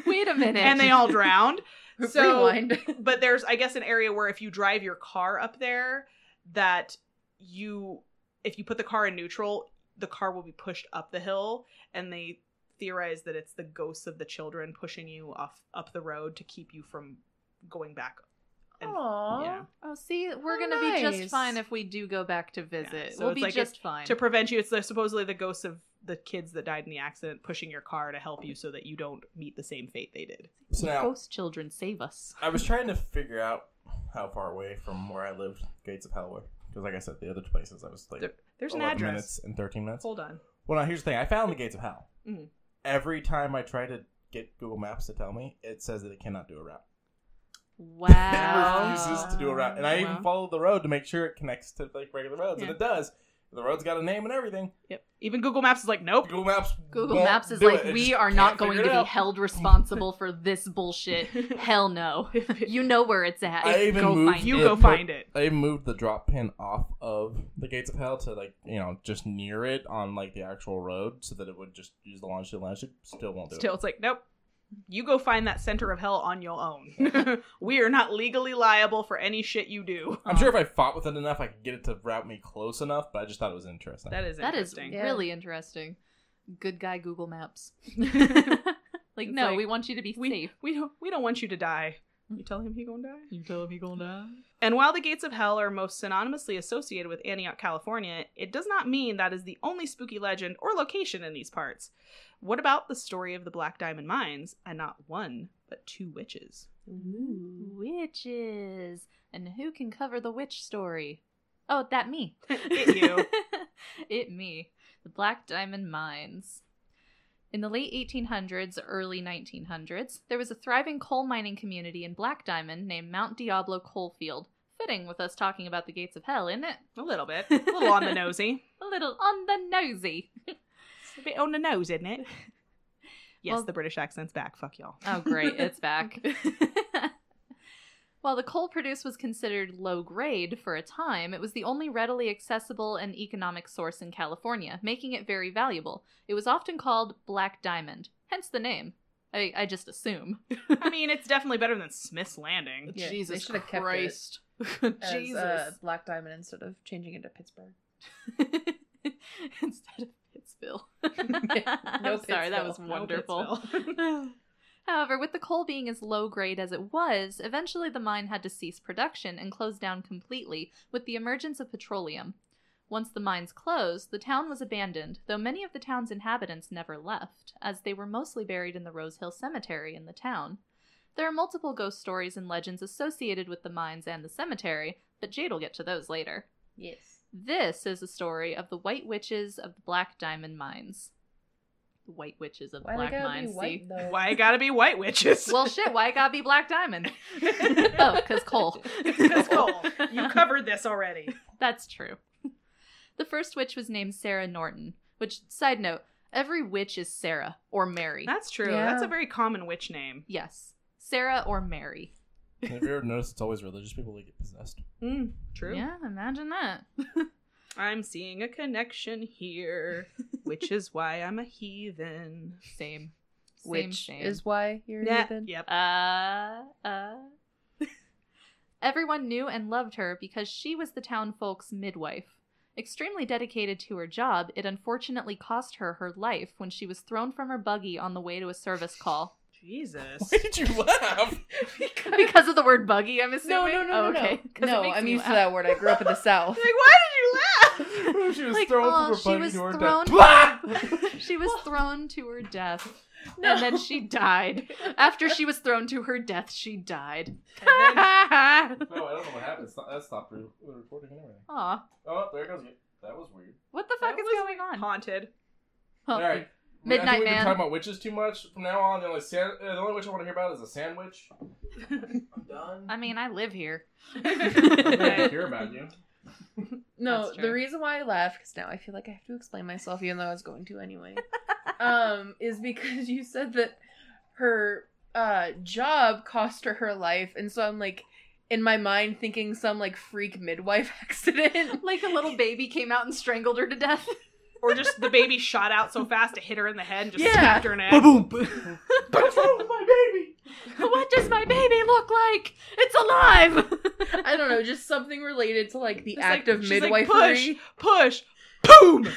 wait a minute. and they all drowned. So- Rewind. But there's, I guess, an area where if you drive your car up there, that you, if you put the car in neutral, the car will be pushed up the hill, and they theorize that it's the ghosts of the children pushing you off up the road to keep you from going back And- Aww. yeah. Oh, see, we're Oh, gonna be just nice. fine if we do go back to visit. Yeah, so we'll it's be like just fine. To prevent you, it's the, supposedly the ghosts of the kids that died in the accident pushing your car to help you so that you don't meet the same fate they did. So now Ghost children save us. I was trying to figure out how far away from where I lived Gates of Hell were because, like I said, the other places I was like There- there's an 11 address. minutes and thirteen minutes. Hold on. Well, now here's the thing: I found the Gates of Hell. Mm-hmm. Mhm. Every time I try to get Google Maps to tell me, it says that it cannot do a route. Wow. It refuses to do a route, and I even Wow. followed the road to make sure it connects to like regular roads, Yeah. and it does. The road's got a name and everything. Yep. Even Google Maps is like, nope. Google Maps. Google won't Maps is do like, it. It we just are not can't going to figure be it out." held responsible for this bullshit. Hell no. You know where it's at. I even go moved find you it. Yeah, go but- find it. They moved the drop pin off of the Gates of Hell to like you know just near it on like the actual road, so that it would just use the longitude. Longitude still won't do Still, it's like, nope. You go find that center of hell on your own. we are not legally liable for any shit you do. it. I'm sure if I fought with it enough, I could get it to route me close enough. But I just thought it was interesting. That is That is interesting. Yeah. really interesting. Good guy Google Maps. like, It's no, like, we want you to be we, safe. We don't we don't want you to die. You tell him he gonna die? You tell him he gonna die. And while the gates of hell are most synonymously associated with Antioch, California, it does not mean that is the only spooky legend or location in these parts. What about the story of the Black Diamond Mines and not one, but two witches? Witches. And who can cover the witch story? Oh, that me. it you. it me. The Black Diamond Mines. In the late 1800s, early 1900s, there was a thriving coal mining community in Black Diamond named Mount Diablo Coalfield. Fitting with us talking about the gates of hell, isn't it? A little bit. A little on the nosy. A little on the nosy. It's a bit on the nose, isn't it? Yes, Well- the British accent's back. Fuck y'all. Oh, great. It's back. While the coal produced was considered low grade for a time, it was the only readily accessible and economic source in California, making it very valuable. It was often called black diamond, hence the name. I, I just assume. I mean, it's definitely better than Smith's Landing. Yeah, they Jesus should've kept it Christ. As, Jesus. uh, Black Diamond instead of changing it to Pittsburgh. Instead of Pittsville. No I'm sorry, that Pittsville. was No wonderful. Pittsville. However, with the coal being as low grade as it was, eventually the mine had to cease production and close down completely with the emergence of petroleum. Once the mines closed, the town was abandoned, though many of the town's inhabitants never left, as they were mostly buried in the Rose Hill Cemetery in the town. There are multiple ghost stories and legends associated with the mines and the cemetery, but Jade will get to those later. Yes. This is a story of the White Witches of the Black Diamond Mines. The White Witches of the Why they Black gotta Mines. be white see? though? Why it gotta be white witches? well, shit, why it gotta be Black Diamond? oh, because coal. Because coal. You covered this already. That's true. The first witch was named Sarah Norton, which, side note, every witch is Sarah or Mary. That's true. Yeah. That's a very common witch name. yes, Sarah or Mary. Have you ever noticed it's always religious people that get possessed? Mm, true. Yeah, imagine that. I'm seeing a connection here, which is why I'm a heathen. Same. Same, Which same. is why you're Yeah. even. Yep. Uh, uh. Everyone knew and loved her because she was the town folk's midwife. Extremely dedicated to her job, it unfortunately cost her her life when she was thrown from her buggy on the way to a service call. Jesus. Why did you laugh? because of the word buggy, I'm No, assuming. no, no, Oh, no, okay. 'Cause it no. No, makes I'm me used to laugh. that word. I grew up in the like, South. why did you laugh? she was Like, thrown oh, from her she buggy was door thrown to her death. she was thrown to her death, No. and then she died. After she was thrown to her death, she died. And then- No, I don't know what happened. It's not, that stopped re- recording and everything. Aw, Oh, there it goes. That was weird. what the That fuck is was going on? haunted. All right. Oh, Midnight I think we've been Man. talking about witches too much. From now on, the only san- uh, the only witch I want to hear about is a sandwich. I'm done. I mean, I live here. I'm not gonna Right. hear about you. No, That's the true. reason why I laughed because now I feel like I have to explain myself, even though I was going to anyway. um, is because you said that her uh job cost her her life, and so I'm like in my mind thinking some like freak midwife accident. like a little baby came out and strangled her to death. Or just the baby shot out so fast it hit her in the head and just Yeah. snapped her neck. boom. What's wrong with my baby? what does my baby look like? It's alive. I don't know, just something related to like the It's like- act of she's like, midwifery. Push, boom.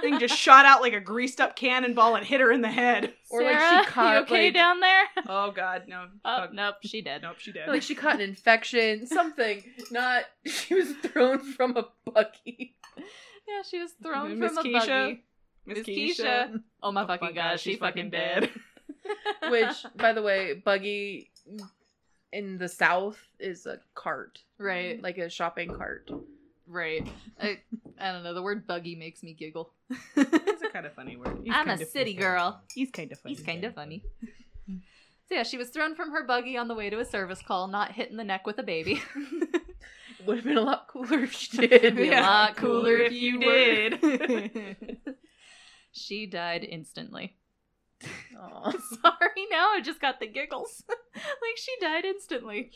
thing just shot out like a greased up cannonball and hit her in the head. Or, like, she Sarah, caught, you okay like- down there? Oh god, no. Oh, Fuck. nope, she did. Nope, she dead. Like she caught an infection, something. Not she was thrown from a buggy. Yeah, she was thrown Miss from a Keisha? buggy. Miss Miss Keisha. Oh my fucking god, she's fucking dead. Which, by the way, buggy in the south is a cart, right, like a shopping cart. right. I, I don't know. The word buggy makes me giggle. That's a kind of funny word. He's I'm a kinda city funny. girl. He's kind of funny. He's kind of funny. So yeah, she was thrown from her buggy on the way to a service call, not hit in the neck with a baby. Would have been a lot cooler if she It'd did. be Yeah. a lot cooler Cooler if if you you did. she died instantly. Aw. Sorry, now I just got the giggles. like she died instantly.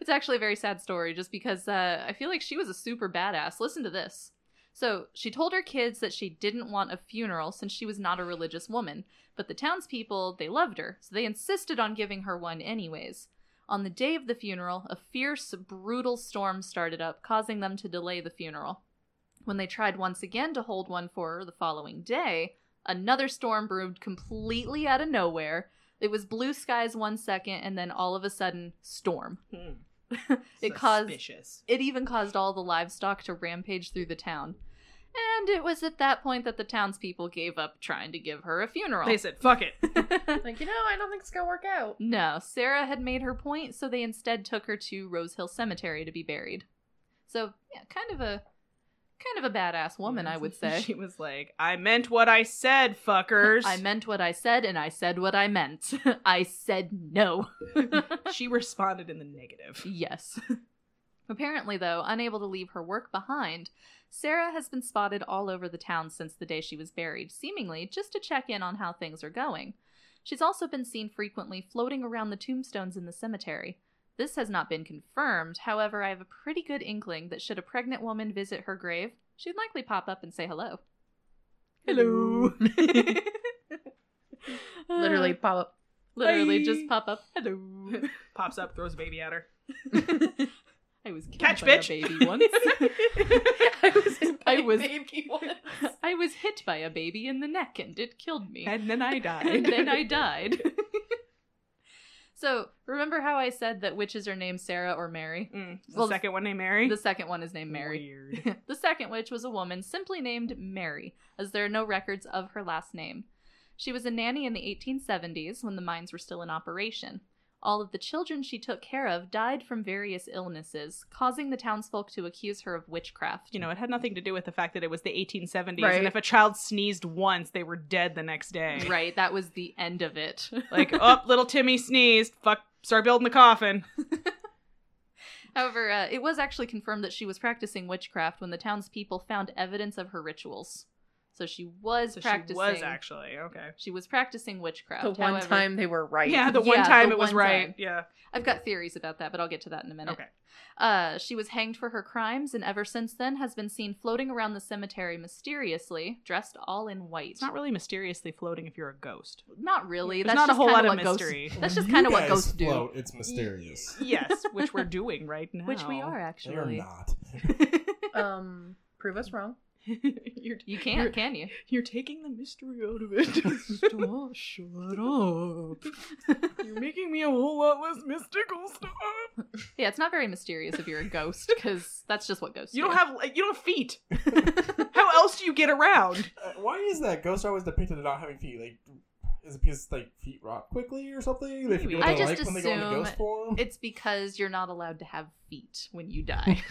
it's actually a very sad story just because uh, I feel like she was a super badass. Listen to this. So she told her kids that she didn't want a funeral since she was not a religious woman, but the townspeople, they loved her, so they insisted on giving her one anyways. On the day of the funeral, a fierce, brutal storm started up, causing them to delay the funeral. When they tried once again to hold one for her the following day, another storm brewed completely out of nowhere. It was blue skies one second, and then all of a sudden, storm. Hmm. It caused- Suspicious. It even caused all the livestock to rampage through the town. And it was at that point that the townspeople gave up trying to give her a funeral. They said, "Fuck it." Like you know, I don't think it's gonna work out. No, Sarah had made her point, so they instead took her to Rose Hill Cemetery to be buried. So, yeah, kind of a kind of a badass woman, I would say. She was like, "I meant what I said, fuckers." I meant what I said and I said what I meant. I said no. She responded in the negative. Yes. Apparently, though, unable to leave her work behind, Sarah has been spotted all over the town since the day she was buried, seemingly just to check in on how things are going. She's also been seen frequently floating around the tombstones in the cemetery. This has not been confirmed, however, I have a pretty good inkling that should a pregnant woman visit her grave, she'd likely pop up and say hello. Hello. Literally pop up. Literally Hi. just pop up. Hello. Pops up, throws a baby at her. I was killed Catch, by a bitch. baby once. I was. in I my was- baby once. I was hit by a baby in the neck and it killed me. and then I And died. then I died. so, remember how I said that witches are named Sarah or Mary? Mm, the Well, second one named Mary. The second one is named Mary. Weird. the second witch was a woman simply named Mary, as there are no records of her last name. She was a nanny in the 1870s when the mines were still in operation. All of the children she took care of died from various illnesses, causing the townsfolk to accuse her of witchcraft. you know, it had nothing to do with the fact that it was the 1870s, Right. and if a child sneezed once, they were dead the next day. Right, that was the end of it. Like, oh, little Timmy sneezed. Fuck, start building the coffin. However, uh, it was actually confirmed that she was practicing witchcraft when the townspeople found evidence of her rituals. So she was So she practicing. was actually okay. she was practicing witchcraft. The one However, time they were right. Yeah, the one Yeah, time the it was one right. time. Yeah. I've got theories about that, but I'll get to that in a minute. Okay. Uh, she was hanged for her crimes, and ever since then has been seen floating around the cemetery mysteriously, dressed all in white. It's not really mysteriously floating if you're a ghost. Not really. There's not That's a just whole lot kinda of what ghosts- mystery. that's just When kind you of what guys ghosts float, do. It's mysterious. yes, which we're doing right now. Which we are They are actually. not. Um, prove us wrong. you're, You can't, You're- can you? you're taking the mystery out of it. Stop, shut up. you're making me a whole lot less mystical. Stop. Yeah, it's not very mysterious if you're a ghost because that's just what ghosts You do. don't have you don't have feet. How else do you get around? Uh, why is that ghost always depicted as not having feet? Like, is it because like feet rot quickly or something? They forget what I they're just like when they go into assume ghost form. It's because you're not allowed to have feet when you die.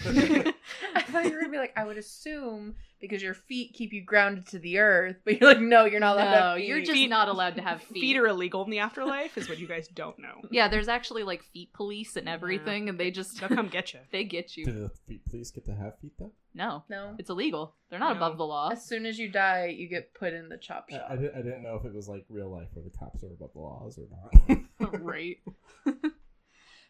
I thought you were gonna be like, I would assume because your feet keep you grounded to the earth, but you're like, no, you're not allowed. to no, have you're feet. just Feet- not allowed to have feet. Feet are illegal in the afterlife, is what you guys don't know. yeah, there's actually like feet police and everything, and they just They'll come get you. they get you. Do the feet police get to have feet though? No, no. it's illegal. They're not No. above the law. As soon as you die, you get put in the chop shop. I, I, didn't, I didn't know if it was like real life where the cops are above the laws or not. right.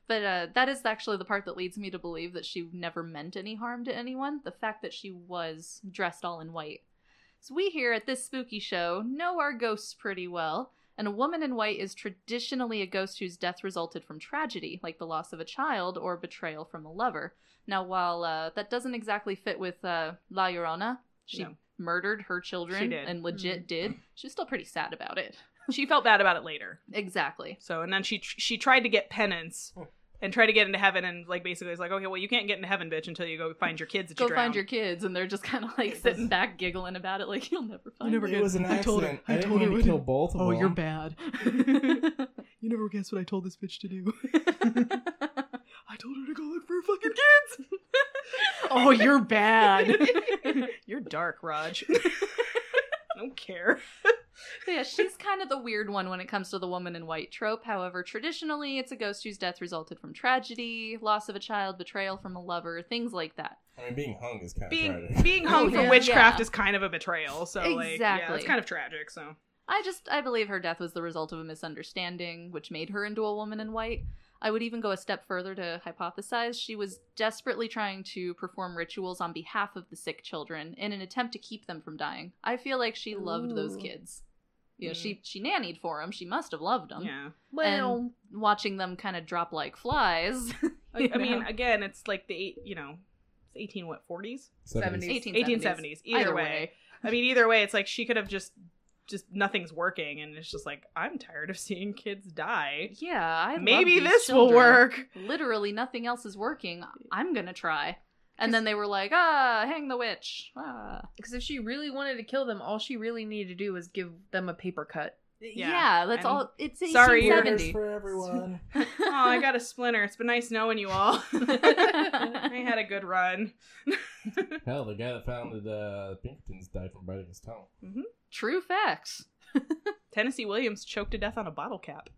but uh, that is actually the part that leads me to believe that she never meant any harm to anyone. The fact that she was dressed all in white. So we here at this spooky show know our ghosts pretty well, And a woman in white is traditionally a ghost whose death resulted from tragedy, like the loss of a child or betrayal from a lover. Now, while uh, that doesn't exactly fit with uh, La Llorona, she No. murdered her children She did. Mm. and legit did, she was still pretty sad about it. She felt bad about it later. Exactly. So, and then she tr- she tried to get penance Hmm. and tried to get into heaven, and like basically it's like, okay, well, you can't get into heaven, bitch, until you go find your kids. That Go you find drowned." your kids, and they're just kind of like sitting back giggling about it, like, you'll never find never me." get- It was an I told her- accident. I I, didn't told her mean we to kill didn't- both of Oh, them. you're bad. You never guess what I told this bitch to do. I told her to go look for her fucking kids. oh, you're bad. You're dark, Raj. I don't care. So yeah, she's kind of the weird one when it comes to the woman in white trope. However, traditionally, it's a ghost whose death resulted from tragedy, loss of a child, betrayal from a lover, things like that. I mean, being hung is kind of Being tragic. being hung Oh, for yeah. witchcraft Yeah. is kind of a betrayal. So like, yeah, Exactly. it's kind of tragic. So I just, I believe her death was the result of a misunderstanding, which made her into a woman in white. I would even go a step further to hypothesize she was desperately trying to perform rituals on behalf of the sick children in an attempt to keep them from dying. I feel like she loved those Ooh. kids. You know, Mm. she she nannied for them. She must have loved them. yeah. Well, Watching them kind of drop like flies. I, I mean, again, it's like the eight, you know, it's eighteen what forties, Seventies. 1870s. eighteen seventies. Either way. I mean, either way, it's like she could have just just nothing's working, and it's just like I'm tired of seeing kids die. Yeah, I love Maybe these this will children. work. Literally nothing else is working. I'm gonna try. And then they were like, ah, hang the witch. Ah. because if she really wanted to kill them, all she really needed to do was give them a paper cut. Yeah, Yeah, that's and- all. It's Sorry, you're- 1870. for everyone. Oh, I got a splinter. It's been nice knowing you all. I had a good run. Hell, the guy that founded uh, Pinkertons died from biting his tongue. True facts. Tennessee Williams choked to death on a bottle cap.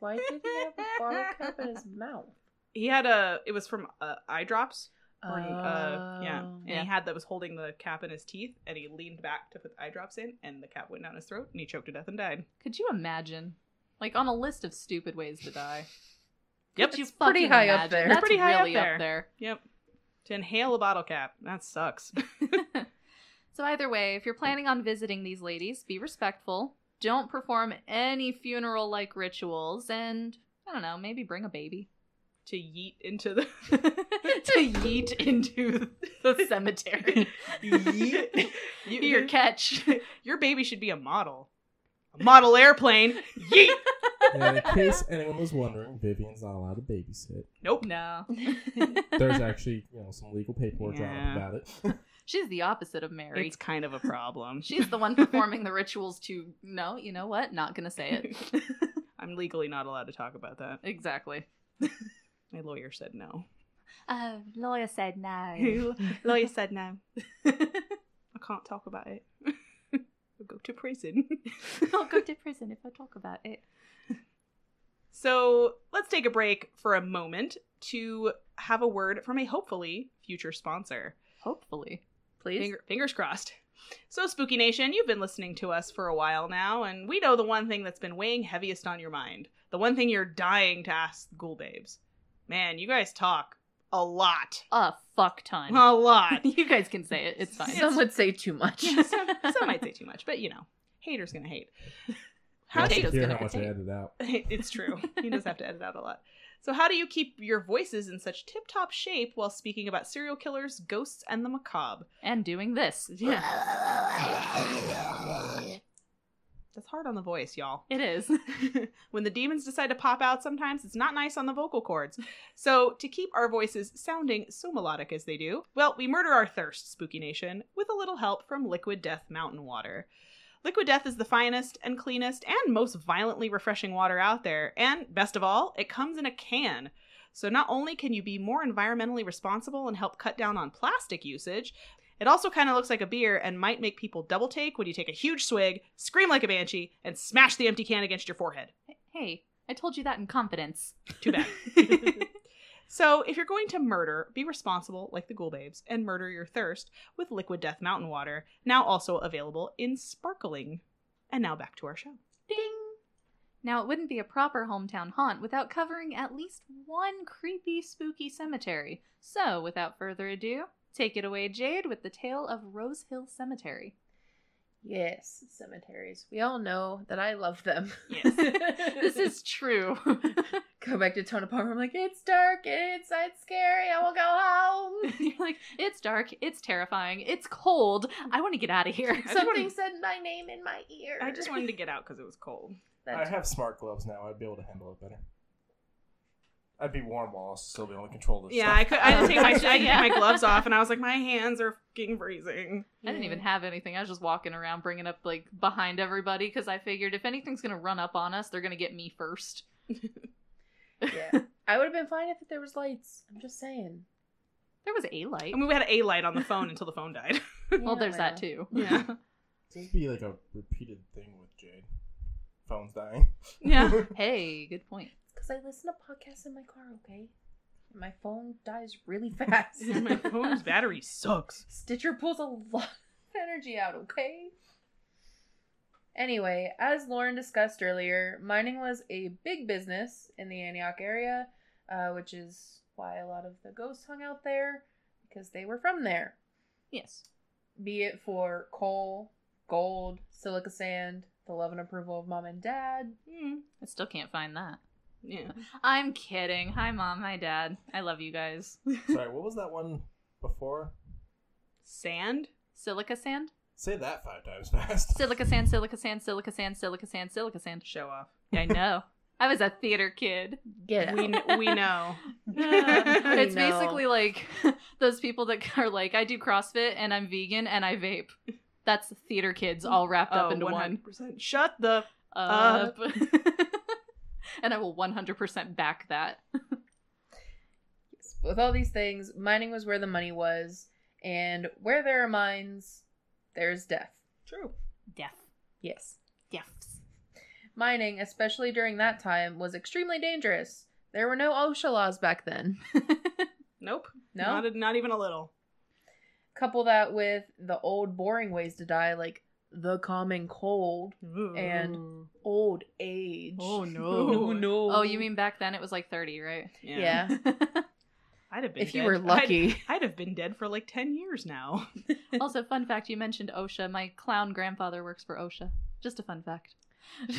Why did he have a bottle cap in his mouth? He had a. It was from uh, eye drops. Or, Oh. uh, yeah, and Yeah. he had that was holding the cap in his teeth, and he leaned back to put the eye drops in, and the cap went down his throat, and he choked to death and died. Could you imagine? Like on a list of stupid ways to die. Yep. Could you It's pretty fucking high up imagine? there. It's That's pretty high up really there. Yep. To inhale a bottle cap, that sucks. so either way, if you're planning on visiting these ladies, be respectful. Don't perform any funeral-like rituals, and I don't know, maybe bring a baby to yeet into the to yeet into the cemetery. yeet. You- Be Your catch. your baby should be a model. A model airplane. Yeet. And in case anyone was wondering, Vivian's not allowed to babysit. Nope. No, There's actually, you know, some legal paperwork drawn Yeah. up about it. she's the opposite of Mary. It's kind of a problem. She's the one performing the rituals to no, you know what? Not gonna say it. I'm legally not allowed to talk about that. exactly. My lawyer said no. Uh, lawyer said no. lawyer said no. I can't talk about it. I'll go to prison. I'll go to prison if I talk about it. So let's take a break for a moment to have a word from a hopefully future sponsor. Hopefully. Please. Finger, fingers crossed. So, Spooky Nation, you've been listening to us for a while now, and we know the one thing that's been weighing heaviest on your mind. The one thing you're dying to ask the ghoul babes. Man, you guys talk a lot. A fuck ton. A lot. you guys can say it. It's fine. Some would say too much. some, some might say too much, but you know, haters gonna hate. How How's to Tato's hear gonna how much I potato? added out. it's true. He does have to edit out a lot. So, how do you keep your voices in such tip top shape while speaking about serial killers, ghosts, and the macabre? and doing this. That's hard on the voice, y'all. It is. when the demons decide to pop out sometimes it's not nice on the vocal cords so to keep our voices sounding so melodic as they do well we murder our thirst spooky nation with a little help from liquid death mountain water liquid death is the finest and cleanest and most violently refreshing water out there and best of all it comes in a can so not only can you be more environmentally responsible and help cut down on plastic usage it also kind of looks like a beer and might make people double take when you take a huge swig, scream like a banshee, and smash the empty can against your forehead. Hey, I told you that in confidence. Too bad. so, if you're going to murder, be responsible like the ghoul babes and murder your thirst with Liquid Death Mountain Water, now also available in sparkling. And now back to our show. Ding! Now, it wouldn't be a proper hometown haunt without covering at least one creepy, spooky cemetery. So, without further ado, take it away, Jade, with the tale of Rose Hill Cemetery. Yes, cemeteries. We all know that I love them. Yes. this is true. go back to Tonopah. I'm like, it's dark, it's scary. I will go home. You're like, it's dark, it's terrifying, it's cold. I want to get out of here. just Something wanted- said my name in my ear. I just wanted to get out because it was cold. I have smart gloves now. I'd be able to handle it better. I'd be warm while I'll still be able to control this. Yeah, stuff. I could. I didn't take my. I didn't Yeah. take my gloves off, and I was like, my hands are fucking freezing. I didn't even have anything. I was just walking around, bringing up like behind everybody because I figured if anything's gonna run up on us, they're gonna get me first. yeah. I would have been fine if there was lights. I'm just saying. There was a light. I mean, we had a light on the phone until the phone died. well, there's that too. Yeah. This would be like a repeated thing with Jade. Phone's dying. Yeah. hey, good point. Because I listen to podcasts in my car, okay? And my phone dies really fast. my phone's battery sucks. Stitcher pulls a lot of energy out, okay? Anyway, as Lauren discussed earlier, mining was a big business in the Antioch area, uh, which is why a lot of the ghosts hung out there, because they were from there. Yes. Be it for coal, gold, silica sand, the love and approval of mom and dad. Mm, I still can't find that. yeah. I'm kidding. Hi, mom. Hi, dad. I love you guys. Sorry, what was that one before? Sand. Silica sand? Say that five times fast. Silica sand, silica sand, silica sand, silica sand, silica sand. Show off. I know. I was a theater kid. Get We kn- we know. it's No. basically like those people that are like, I do CrossFit and I'm vegan and I vape. That's theater kids all wrapped up into Oh, one. Oh, percent. Shut the. Up. and I will 100% back that. Yes, With all these things, mining was where the money was, and where there are mines, there's death. True. Deaf. Yes. Deafs. Mining, especially during that time, was extremely dangerous. There were no OSHA laws back then. Nope. No? Not, a- not even a little. Couple that with the old boring ways to die, like the common cold, And- old age. Oh, oh no. no. Oh, you mean back then it was like 30, right? Yeah. Yeah. I'd have been. if you dead. were lucky. I'd, I'd have been dead for like ten years now. also, fun fact you mentioned OSHA. My clown grandfather works for OSHA. Just a fun fact. Why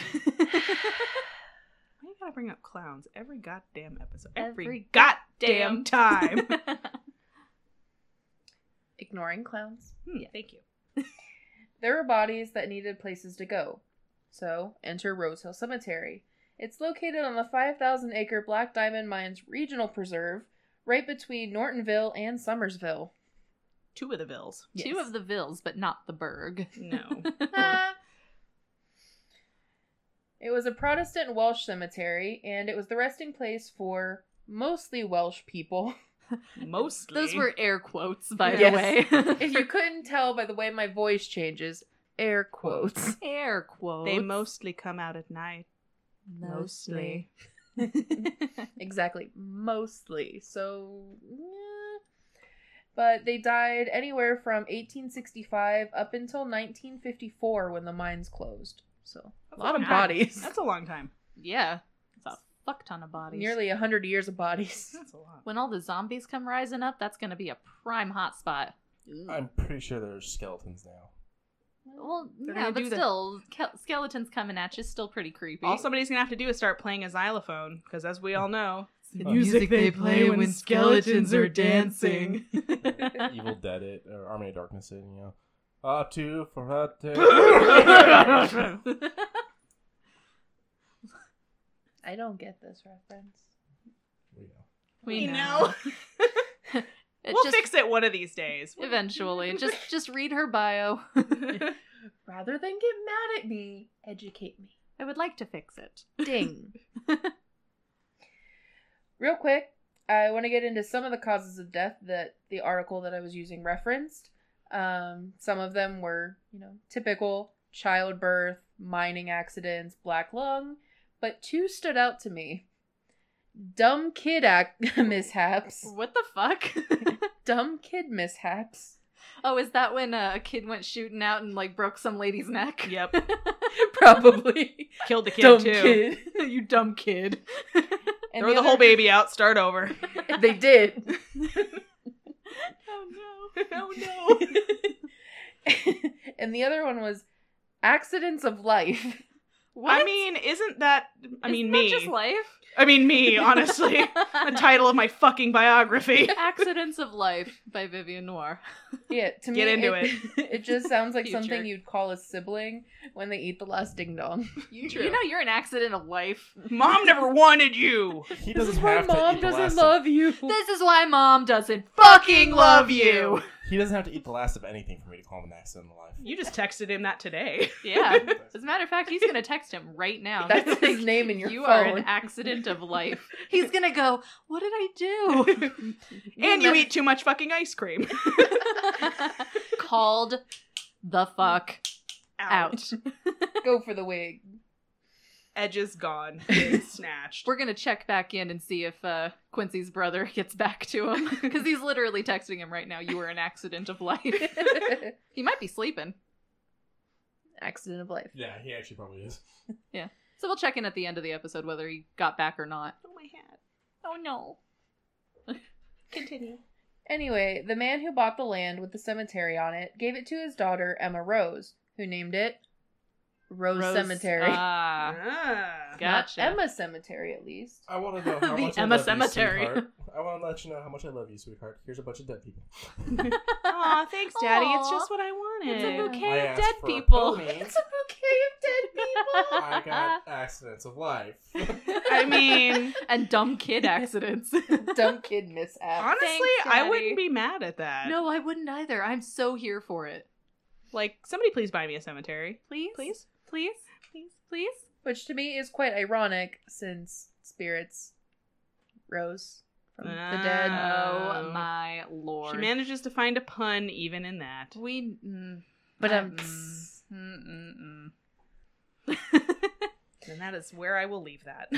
you gotta bring up clowns every goddamn episode? Every, Every goddamn time. Ignoring clowns. Hmm, Thank you. There were bodies that needed places to go. So, enter Rose Hill Cemetery. It's located on the 5,000 acre Black Diamond Mines Regional Preserve, right between Nortonville and Somersville. Two of the bills. Two of the Vills, but not the Berg. No. Ah. it was a Protestant Welsh cemetery, and it was the resting place for mostly Welsh people. Mostly. Those were air quotes, by Yes. the way. if you couldn't tell by the way my voice changes, air quotes. air quotes. They mostly come out at night. mostly. exactly, mostly. So, yeah. but they died anywhere from 1865 up until 1954 when the mines closed. So, a That's lot of long time. bodies. That's a long time. yeah. It's a fuck ton of bodies. Nearly 100 years of bodies. That's a lot. When all the zombies come rising up, that's going to be a prime hot spot. I'm pretty sure there's skeletons now. Well, They're yeah, gonna but do the- still, ke- skeletons coming at you is still pretty creepy. All somebody's gonna have to do is start playing a xylophone, because as we all know, Mm. The Uh, music they play when skeletons are dancing. Evil Dead it, or Army of Darkness it, you know. Ah, two for a I don't get this reference. We know. It we'll just- fix it one of these days. eventually. just just read her bio. Rather than get mad at me, educate me. I would like to fix it. Ding. Real quick, I want to get into some of the causes of death that the article that I was using referenced. Um, some of them were, you know, typical childbirth, mining accidents, black lung, but two stood out to me. Dumb kid act mishaps. What the fuck? Dumb kid mishaps. oh, is that when uh, a kid went shooting out and like broke some lady's neck? Yep. Probably. Killed the kid Dumb too. kid. you dumb kid. And Throw the, other- whole baby out. Start over. They did. oh no. oh no. and the other one was Accidents of life. What? I mean, isn't that? I mean, Isn't that me. just life. I mean, me. Honestly, the title of my fucking biography. Accidents of Life by Vivian Noir. Yeah, to me, Get into it. just sounds like something Future. you'd call a sibling when they eat the last ding dong. You, True. you know you're an accident of life. Mom never wanted you. He This doesn't is why have to mom eat the last doesn't of- love you. This is why mom doesn't Fucking love you. He doesn't have to eat the last of anything for me to call him an accident in life. You just texted him that today. Yeah. As a matter of fact, he's gonna text him right now. That's his name in your You phone. are an accident of life. He's gonna go. What did I Oh. do? and you eat too much fucking ice cream. Called the fuck out. Go for the wig. Edges gone. It's snatched. We're gonna check back in and see if uh, Quincy's brother gets back to him because he's literally texting him right now. You were an accident of life. he might be sleeping, accident of life. Yeah, he actually probably is. so we'll check in at the end of the episode whether he got back or not. Oh my hat. Oh no. Continue. Anyway, the man who bought the land with the cemetery on it gave it to his daughter Emma Rose, who named it Rose, Cemetery. Ah, Ah. gotcha. Not Emma Cemetery, at least. I want to know how The much I Emma love Cemetery. You, sweetheart. I want to let you know how much I love you, sweetheart. Here's a bunch of dead people. Aw, thanks, Daddy. It's Aw. just what I wanted. It's a bouquet I of asked dead for a people. pony. It's a bouquet of I got accidents of life. I mean, and dumb kid accidents. dead people. Dumb kid mishap. honestly, Thanks, I Daddy. wouldn't be mad at that. no, I wouldn't either. I'm so here for it. Like, somebody please buy me a cemetery. Please, Please? please, please, please. Which to me is quite ironic since spirits rose from the dead. Oh Oh. my lord. She manages to find a pun even in that. We. Mm, But um, Mm, mm, mm, mm. And that is where I will leave that.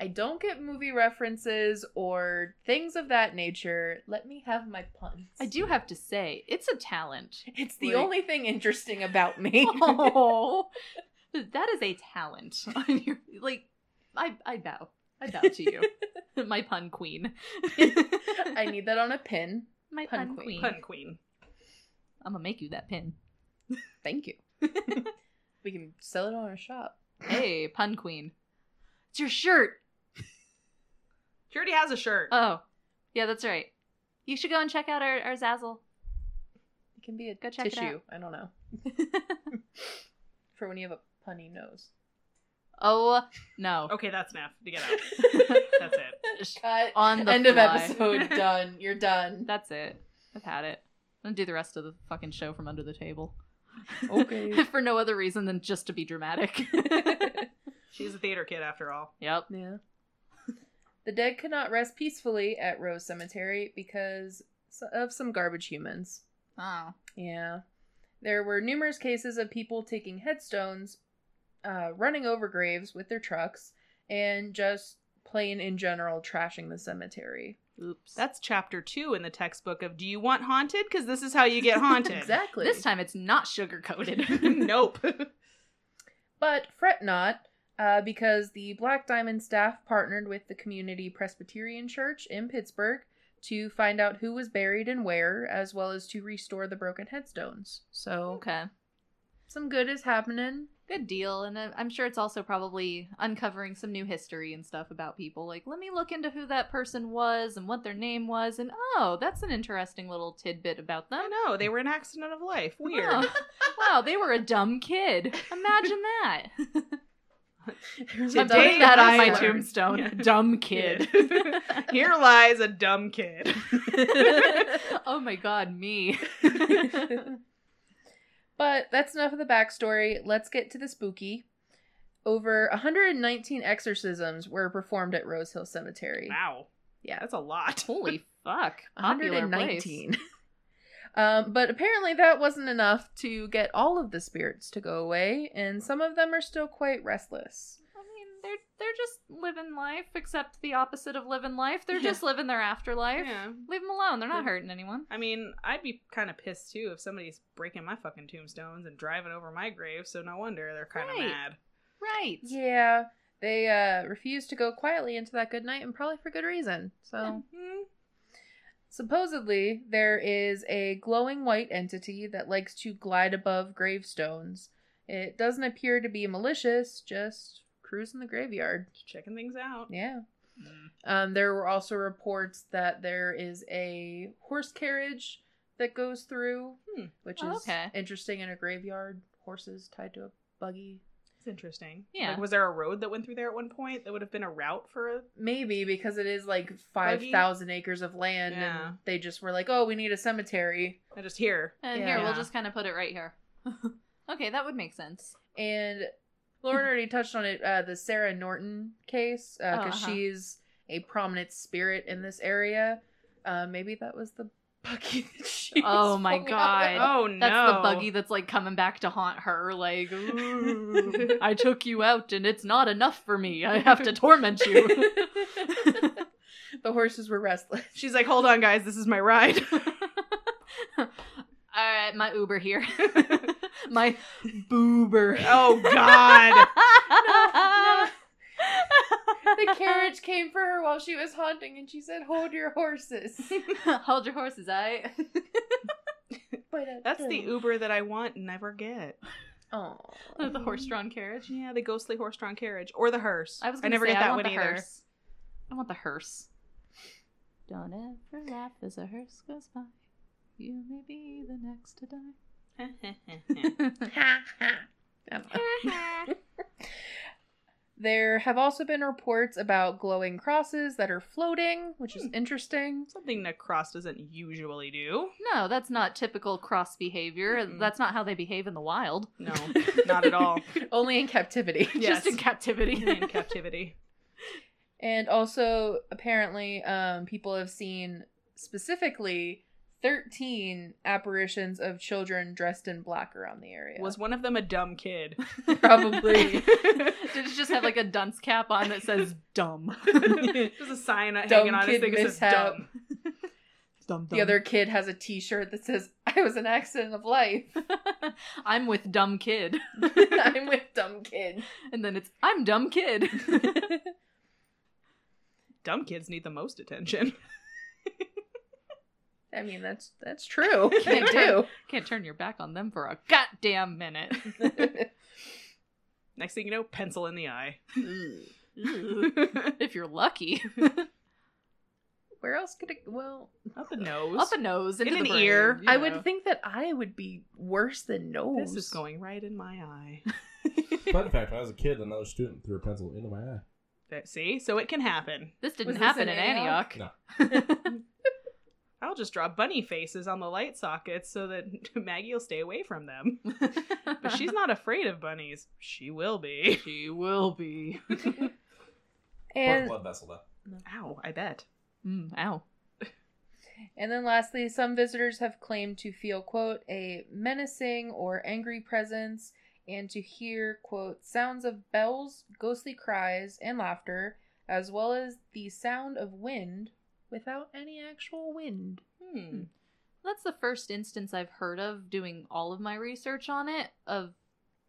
I don't get movie references or things of that nature. Let me have my puns. I do have to say, it's a talent. It's the Like- only thing interesting about me. Oh, that is a talent. on your- like, I, I bow. I bow to you, my pun queen. I need that on a pin. my pun pun, queen. queen. Pun queen. I'm gonna make you that pin. Thank you. we can sell it on our shop. Hey, pun queen. It's your shirt. She already has a shirt. Oh, yeah, that's right. You should go and check out our, our Zazzle. It can be a Go check it tissue. out. I don't know. For when you have a punny nose. Oh no. okay, that's enough. You Get out. That's it. Cut. On the End of fly. episode. Done. You're done. That's it. I've had it. I'm gonna do the rest of the fucking show from under the table. Okay. For no other reason than just to be dramatic. She's a theater kid after all. yep. Yeah. The dead could not rest peacefully at Rose Cemetery because of some garbage humans. Oh. Yeah. There were numerous cases of people taking headstones, uh, running over graves with their trucks, and just plain in general trashing the cemetery. Oops. That's chapter two in the textbook of Do You Want Haunted? Because this is how you get haunted. Exactly. this time it's not sugar coated. nope. But fret not, uh, because the Black Diamond staff partnered with the Community Presbyterian Church in Pittsburgh to find out who was buried and where, as well as to restore the broken headstones. So Okay. some good is happening. Good deal. And I- I'm sure it's also probably uncovering some new history and stuff about people. Like, let me look into who that person was and what their name was. And oh, that's an interesting little tidbit about them. I know. They were an accident of life. Weird. Oh, wow, they were a dumb kid. Imagine that. There's Today I'm a putting dumb that on I my learned. tombstone. Yeah. Dumb kid. Here lies a dumb kid. oh my god, me. But that's enough of the backstory. Let's get to the spooky. Over 119 exorcisms were performed at Rose Hill Cemetery. wow. Yeah. That's a lot. Holy fuck. Popular place. 119. um, but apparently that wasn't enough to get all of the spirits to go away, and some of them are still quite restless. I mean, they're they're just living life, except the opposite of living life. They're Yeah. just living their afterlife. Yeah. Leave them alone. They're not Yeah. hurting anyone. I mean, I'd be kind of pissed too if somebody's breaking my fucking tombstones and driving over my grave, so no wonder they're kind of Right. mad. Right. Yeah, they uh, refused to go quietly into that good night, and probably for good reason. So. Hmm. Supposedly, there is a glowing white entity that likes to glide above gravestones It doesn't appear to be malicious, just cruising the graveyard. Checking things out. Yeah. Um, there were also reports that there is a horse carriage that goes through, Hmm. which Oh, is okay. interesting in a graveyard. Horses tied to a buggy. It's interesting. Yeah. Like, was there a road that went through there at one point that would have been a route for a. Maybe because it is like Buggy? 5,000 acres of land Yeah. and they just were like, oh, we need a cemetery. I just hear. And Yeah. here, we'll Yeah. just kind of put it right here. okay, that would make sense. And Lauren already touched on it uh, the Sarah Norton case, because Oh, uh-huh. she's a prominent spirit in this area. Uh, maybe that was the buggy that she Oh was my pulling out of. God. Oh, no. That's the buggy that's like coming back to haunt her. Like, "Ooh, I took you out and it's not enough for me. I have to torment you. the horses were restless. She's like, hold on, guys. This is my ride. All right, my Uber here. my boober. oh, God. Ah. The carriage came for her while she was haunting, and she said, "Hold your horses." Hold your horses, I. But That's the Uber that I want and never get. um, Oh, the horse-drawn carriage. Mm-hmm. Yeah, the ghostly horse-drawn carriage or the hearse. I was. Gonna never say, get I that want one the either. hearse. I want the hearse. Don't ever laugh as a hearse goes by. You may be the next to die. ha ha. I don't know. There have also been reports about glowing crosses that are floating, which is Hmm. interesting. Something that Cross doesn't usually do. no, that's not typical cross behavior. Mm-mm. That's not how they behave in the wild. No, not at all. Only in captivity. Yes. Just in captivity. In captivity. And also, apparently, um, people have seen specifically 13 apparitions of children dressed in black around the area. Was one of them a dumb kid? Probably. Did it just have like a dunce cap on that says dumb? There's a sign hanging Dumb on his kid thing that says mishap. dumb. Dum the other kid has a t shirt that says, I was an accident of life. I'm with dumb kid. I'm with dumb kid. And then it's I'm dumb kid. Dumb kids need the most attention. I mean, that's that's true. Can't do. Can't turn your back on them for a goddamn minute. Next thing you know, pencil in the eye. if you're lucky. Where else could it? Well, Up a nose. Up a nose, into In the an brain, ear. you I know. would think that I would be worse than nose. This is going right in my eye. Fun fact: When I was a kid, another student threw a pencil into my eye. That- See, so it can happen. This didn't Was this happen in in Antioch. I'll just draw bunny faces on the light sockets so that Maggie will stay away from them. But she's not afraid of bunnies. She will be. She will be. Or a And blood vessel, though. Ow, I bet. Mm, ow. and then lastly, some visitors have claimed to feel quote a menacing or angry presence, and to hear quote sounds of bells, ghostly cries, and laughter, as well as the sound of wind without any actual wind. Hmm. That's the first instance I've heard of doing all of my research on it of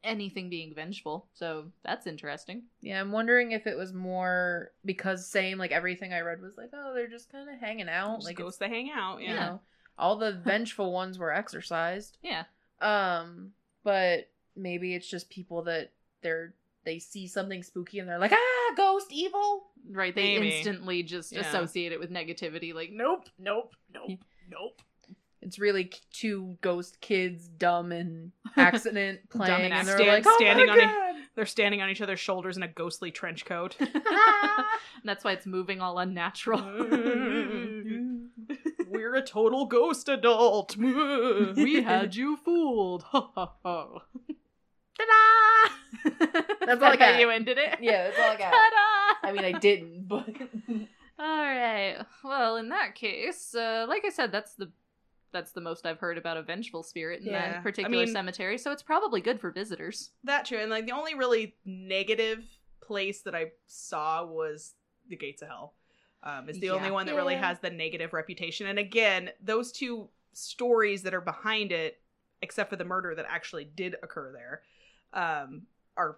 anything being vengeful. So that's interesting. Yeah, I'm wondering if it was more because same like everything I read was like, oh, they're just kind of hanging out, Just like it's goes to hang out. you Yeah. know all the vengeful ones were exercised Yeah. um but maybe it's just people that they're they see something spooky and they're like ah ghost evil Right. They Maybe. instantly just Yeah. associate it with negativity. Like, nope, nope, nope, nope. it's really k- two ghost kids dumb and accident playing Dumb and and, accident, they're like oh standing my on a- God. They're standing on each other's shoulders in a ghostly trench coat. that's why it's moving all unnatural. We're a total ghost adult. we we had you fooled. Ho ho ho. Ta-da! That's all I like how got. you ended it. yeah that's all i got Ta-da! i mean i didn't but All right. Well, in that case, uh, like I said, that's the that's the most I've heard about a vengeful spirit in Yeah. I that particular mean- cemetery. So it's probably good for visitors. that true. And like the only really negative place that I saw was the Gates of Hell. Um, is the Yeah. only one that really Yeah. has the negative reputation. And again, those two stories that are behind it, except for the murder that actually did occur there, um, are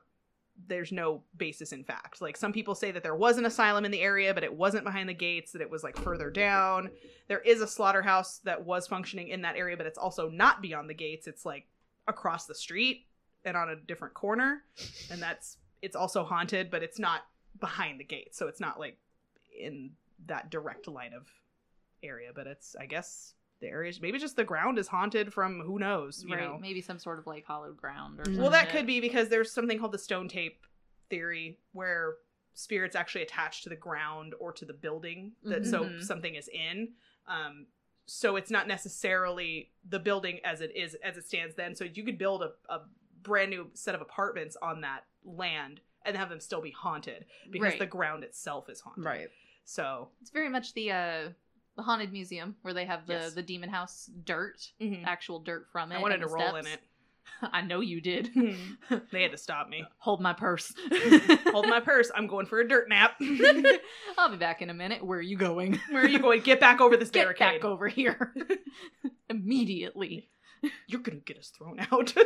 there's no basis in fact. Like some people say that there was an asylum in the area, but it wasn't behind the gates, that it was like further down. There is a slaughterhouse that was functioning in that area, but it's also not beyond the gates. It's like across the street and on a different corner, and that's it's also haunted, but it's not behind the gate, so it's not like in that direct line of area. But it's I guess the area maybe just the ground is haunted from who knows, you right? know? Maybe some sort of like hollowed ground or Well, Well, that shit. could be because there's something called the stone tape theory where spirits actually attach to the ground or to the building that so Mhm. something is in. Um, so it's not necessarily the building as it is as it stands then. So you could build a, a brand new set of apartments on that land and have them still be haunted because Right. the ground itself is haunted. Right. So It's very much the uh the haunted museum where they have the Yes. the demon house dirt, actual dirt from it. I wanted and to the roll in Mm-hmm. steps. it. Hmm. I know you did. They had to stop me. Hold my purse. Hold my purse. I'm going for a dirt nap. Where I'll be back in a minute. Where are you going? are you going? Get back over this Get barricade. back over here immediately. You're gonna get us thrown out.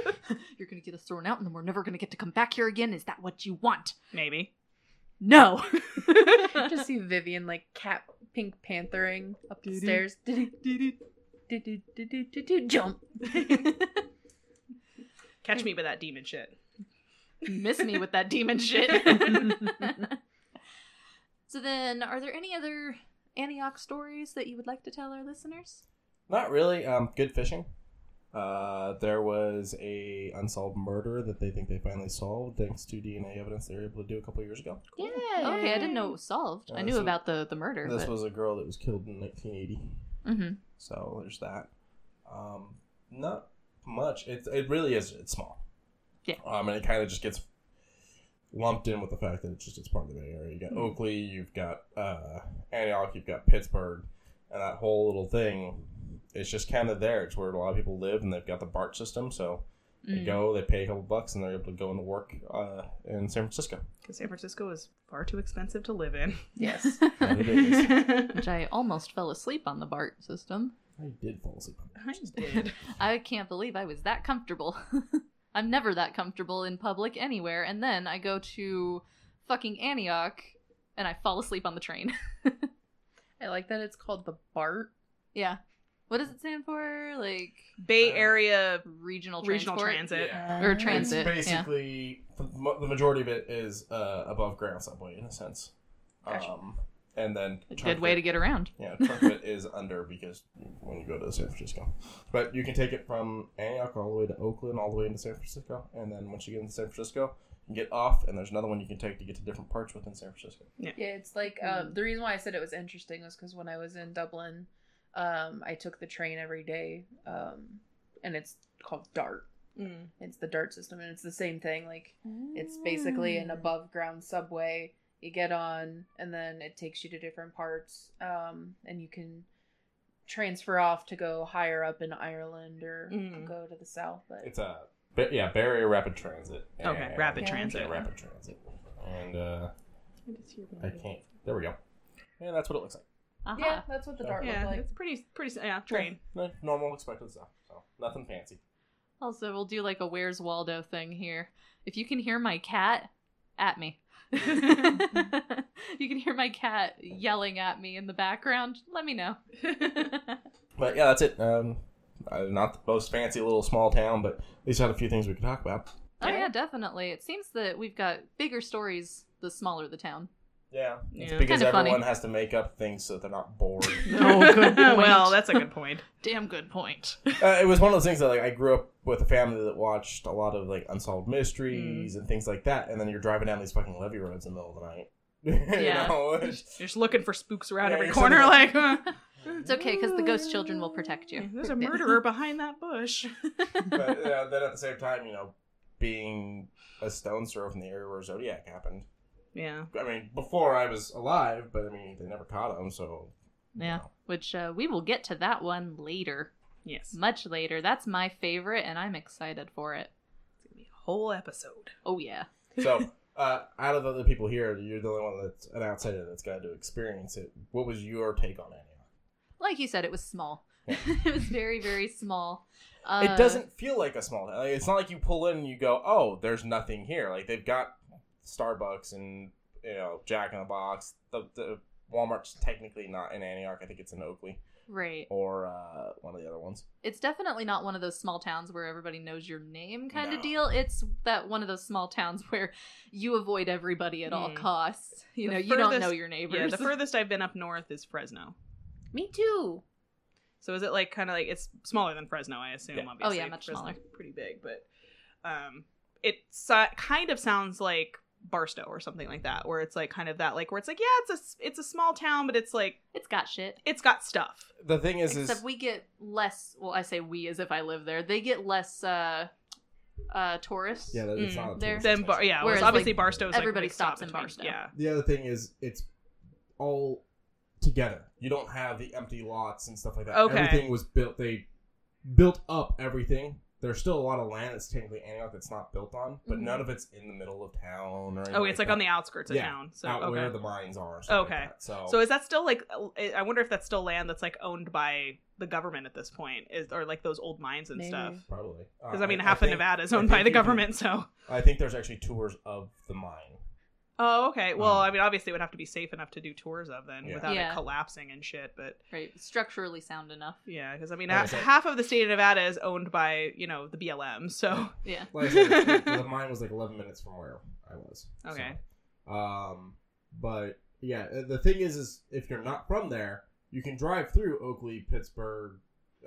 You're gonna get us thrown out, and then we're never gonna get to come back here again. Is that what you want? Maybe. No. Just see Vivian like cat pink panthering up the Doo-doo. stairs. Doo-doo, doo-doo, doo-doo, doo-doo, Jump. Catch me with that demon shit. miss me with that demon shit. so then, are there any other Antioch stories that you would like to tell our listeners? Not really. Um, good fishing. Uh, there was a unsolved murder that they think they finally solved thanks to DNA evidence they were able to do a couple years ago. Yeah. Okay, I didn't know it was solved. I Uh, knew so about the the murder. This but... was a girl that was killed in 1980. Mhm. So there's that. Um, not much. It, it really is. It's small. Yeah. Um, and it kind of just gets lumped in with the fact that it's just it's part of the Bay Area. You got Mhm. Oakley, you've got uh, Antioch, you've got Pittsburgh, and that whole little thing. It's just kind of there. It's where a lot of people live, and they've got the BART system. So they Mm. go, they pay a couple bucks, and they're able to go into work uh, in San Francisco. Because San Francisco is far too expensive to live in. Yes. And it is. Which I almost fell asleep on the BART system. I did fall asleep. on I did. I can't believe I was that comfortable. I'm never that comfortable in public anywhere, and then I go to fucking Antioch and I fall asleep on the train. I like that it's called the Bart. yeah. What does it stand for? Like Bay Uh, Area regional regional transport? transit. Or trans- It's Transit, yeah. basically the mo- the majority of it is uh, above ground subway in a sense, Gotcha. um, and then A good way to get around. yeah, truck of it is under because when you go to San Francisco, but you can take it from Antioch all the way to Oakland, all the way into San Francisco, and then once you get into San Francisco, you get off, and there's another one you can take to get to different parts within San Francisco. Yeah, it's like um, the reason why I said it was interesting was because when I was in Dublin, um, I took the train every day, um, and it's called Dart. Mm. It's the Dart system, and it's the same thing. Like it's basically Hmm. an above ground subway. You get on, and then it takes you to different parts, um, and you can transfer off to go higher up in Ireland or Mm. go to the south. But It's a ba- yeah, barrier rapid transit. Okay, and- rapid yeah, transit. rapid transit, and uh, I can't. There we go. And that's what it looks like. Uh-huh. yeah, that's what the Dart Yeah, looked like. it's pretty, pretty, yeah, train. Yeah, normal expected stuff. So nothing fancy. Also, we'll do like a Where's Waldo thing here. If you can hear my cat, at me. you can hear my cat yelling at me in the background. Let me know. But yeah, that's it. Um, uh, not the most fancy little small town, but at least had a few things we could talk about. Oh Yeah. yeah, definitely. It seems that we've got bigger stories the smaller the town. Yeah, it's Yeah. because Kinda funny. everyone has to make up things so they're not bored. Oh, No, good point. well, that's a good point. Damn good point. uh, it was one of those things that like I grew up with a family that watched a lot of like unsolved mysteries Mm. and things like that, and then you're driving down these fucking levee roads in the middle of the night. You Yeah. know? You're just, you're just looking for spooks around Yeah, every you're corner, sitting like, huh? It's okay because the ghost children will protect you. there's a murderer behind that bush. but uh, then at the same time, you know, being a stone's throw from the area where Zodiac happened. Yeah. I mean, before I was alive, but I mean, they never caught him, so Yeah, which uh, we will get to that one later, Yes. It's much later. That's my favorite, and I'm excited for it. gonna be a whole episode. Oh yeah. So, uh, out of the other people here, you're the only one that's an outsider that's got to experience it. What was your take on Uh, Antioch? like you said, it was small. Yeah. it was very, very small. Uh, it doesn't feel like a small town. Like, it's not like you pull in and you go, "Oh, there's nothing here." Like they've got Starbucks and you know Jack in the Box. The, the Walmart's technically not in Antioch. I think it's in Oakley Right. or uh, one of the other ones. It's definitely not one of those small towns where everybody knows your name kind No. of deal. It's that one of those small towns where you avoid everybody at all Hmm. costs. You The know, you don't know furthest- your neighbors. Yeah, the furthest I've been up north is Fresno. Me too. So is it like kind of like it's smaller than Fresno, I assume. Yeah. Obviously, Oh, yeah, much Fresno's smaller. pretty big, but um, it so- kind of sounds like Barstow or something like that, where it's like kind of that like where it's like yeah, it's a s- it's a small town, but it's like it's got shit. it's got stuff. The thing is, Except is we get less. Well, I say we as if I live there. They get less uh, uh, tourists. yeah, that- it's Mm, not a there- tourist Then Bar- place. yeah, Whereas, whereas obviously like, Barstow's like, everybody big stop stops in between- Barstow. Yeah, The other thing is, it's all together. You don't have the empty lots and stuff like that. Okay. Everything was built. They built up everything. There's still a lot of land that's technically Antioch that's not built on, but Mhm. none of it's in the middle of town or. anything Mm-hmm. oh, it's like that. on the outskirts of Yeah, town. So out okay. where the mines are. or something Okay. Like that. So, so is that still like uh, I wonder if that's still land that's like owned by the government at this point is or like those old mines and Maybe. stuff. probably Because Uh, I mean, half of think- Nevada is I owned by think the you can- government, so. I think there's actually tours of the mine. Oh, okay. Well, Um, I mean, obviously, it would have to be safe enough to do tours of then Yeah. without Yeah. it collapsing and shit. But Right. Structurally sound enough. yeah, because I mean, Like I ha- said- half of the state of Nevada is owned by you know the BLM. So Yeah. Like I said, it's like- the mine was like 11 minutes from where I was. so. Okay. Um, but yeah, uh, the thing is, is if you're not from there, you can drive through Oakley, Pittsburgh,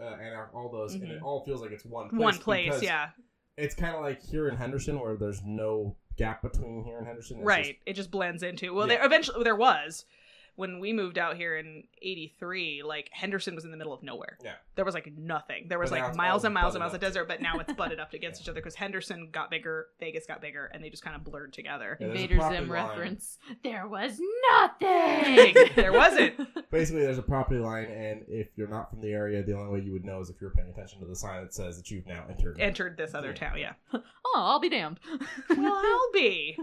uh, and all those, and it all feels like it's one place. Mm-hmm. one place, because yeah, It's kind of like here in Henderson, where there's no gap between here and Henderson. It's right. just- It just blends into. Well, Yeah. there eventually there was when we moved out here in '83. Like Henderson was in the middle of nowhere. Yeah. there was like nothing. There was But now like it's miles all and miles and butted miles of up. desert, but now it's butted up against Yeah. each other because Henderson got bigger, Vegas got bigger, and they just kind of blurred together. Yeah, there's a Invader property Zim line. reference. There was nothing. there wasn't. Basically, there's a property line, and if you're not from the area, the only way you would know is if you're paying attention to the sign that says that you've now entered. Entered this other Yeah. town. Yeah. Oh, I'll be damned. Well, I'll be.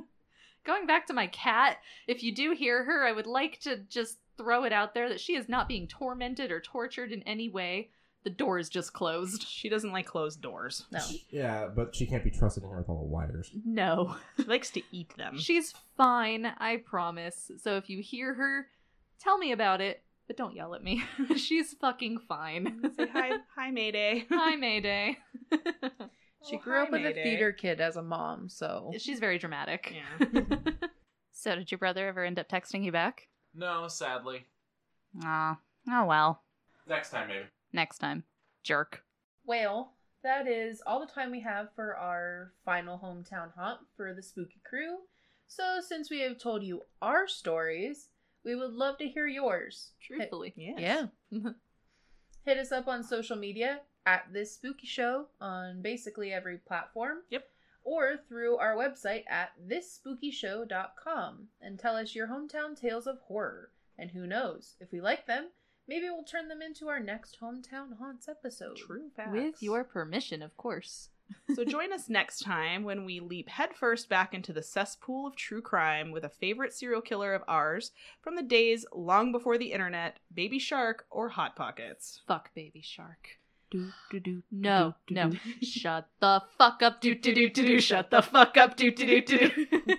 Going back to my cat, if you do hear her, I would like to just throw it out there that she is not being tormented or tortured in any way. The door is just closed. She doesn't like closed doors. No. Yeah, but she can't be trusted in here with all the wires. No. She likes to eat them. She's fine, I promise. So if you hear her, tell me about it, but don't yell at me. She's fucking fine. Say hi, hi, Mayday. Hi, Mayday. She Oh, grew hi, up with Mayday. a theater kid as a mom, so She's very dramatic. Yeah. So did your brother ever end up texting you back? No, sadly. Ah. Oh well. Next time, maybe. Next time. Jerk. Well, that is all the time we have for our final hometown haunt for the spooky crew. So, since we have told you our stories, we would love to hear yours. Hit- Truthfully. Yes. Yeah. Hit us up on social media at this spooky show on basically every platform. Yep. Or through our website at thisspookyshow.com and tell us your hometown tales of horror. And who knows, if we like them, maybe we'll turn them into our next hometown haunts episode. True facts. With your permission, of course. so join us next time when we leap headfirst back into the cesspool of true crime with a favorite serial killer of ours from the days long before the internet, Baby Shark, or Hot Pockets. Fuck baby shark. Do do do. No, no. Shut the fuck up. Do do do do do. Shut the fuck up. Do do do do. do.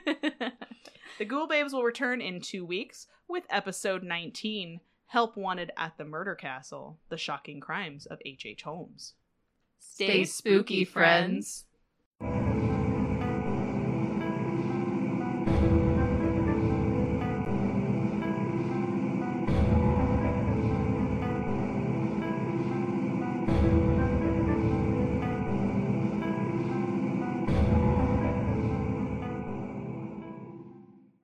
The Ghoul Babes will return in two weeks with episode 19 Help Wanted at the Murder Castle The Shocking Crimes of H.H. H. Holmes. Stay spooky, friends.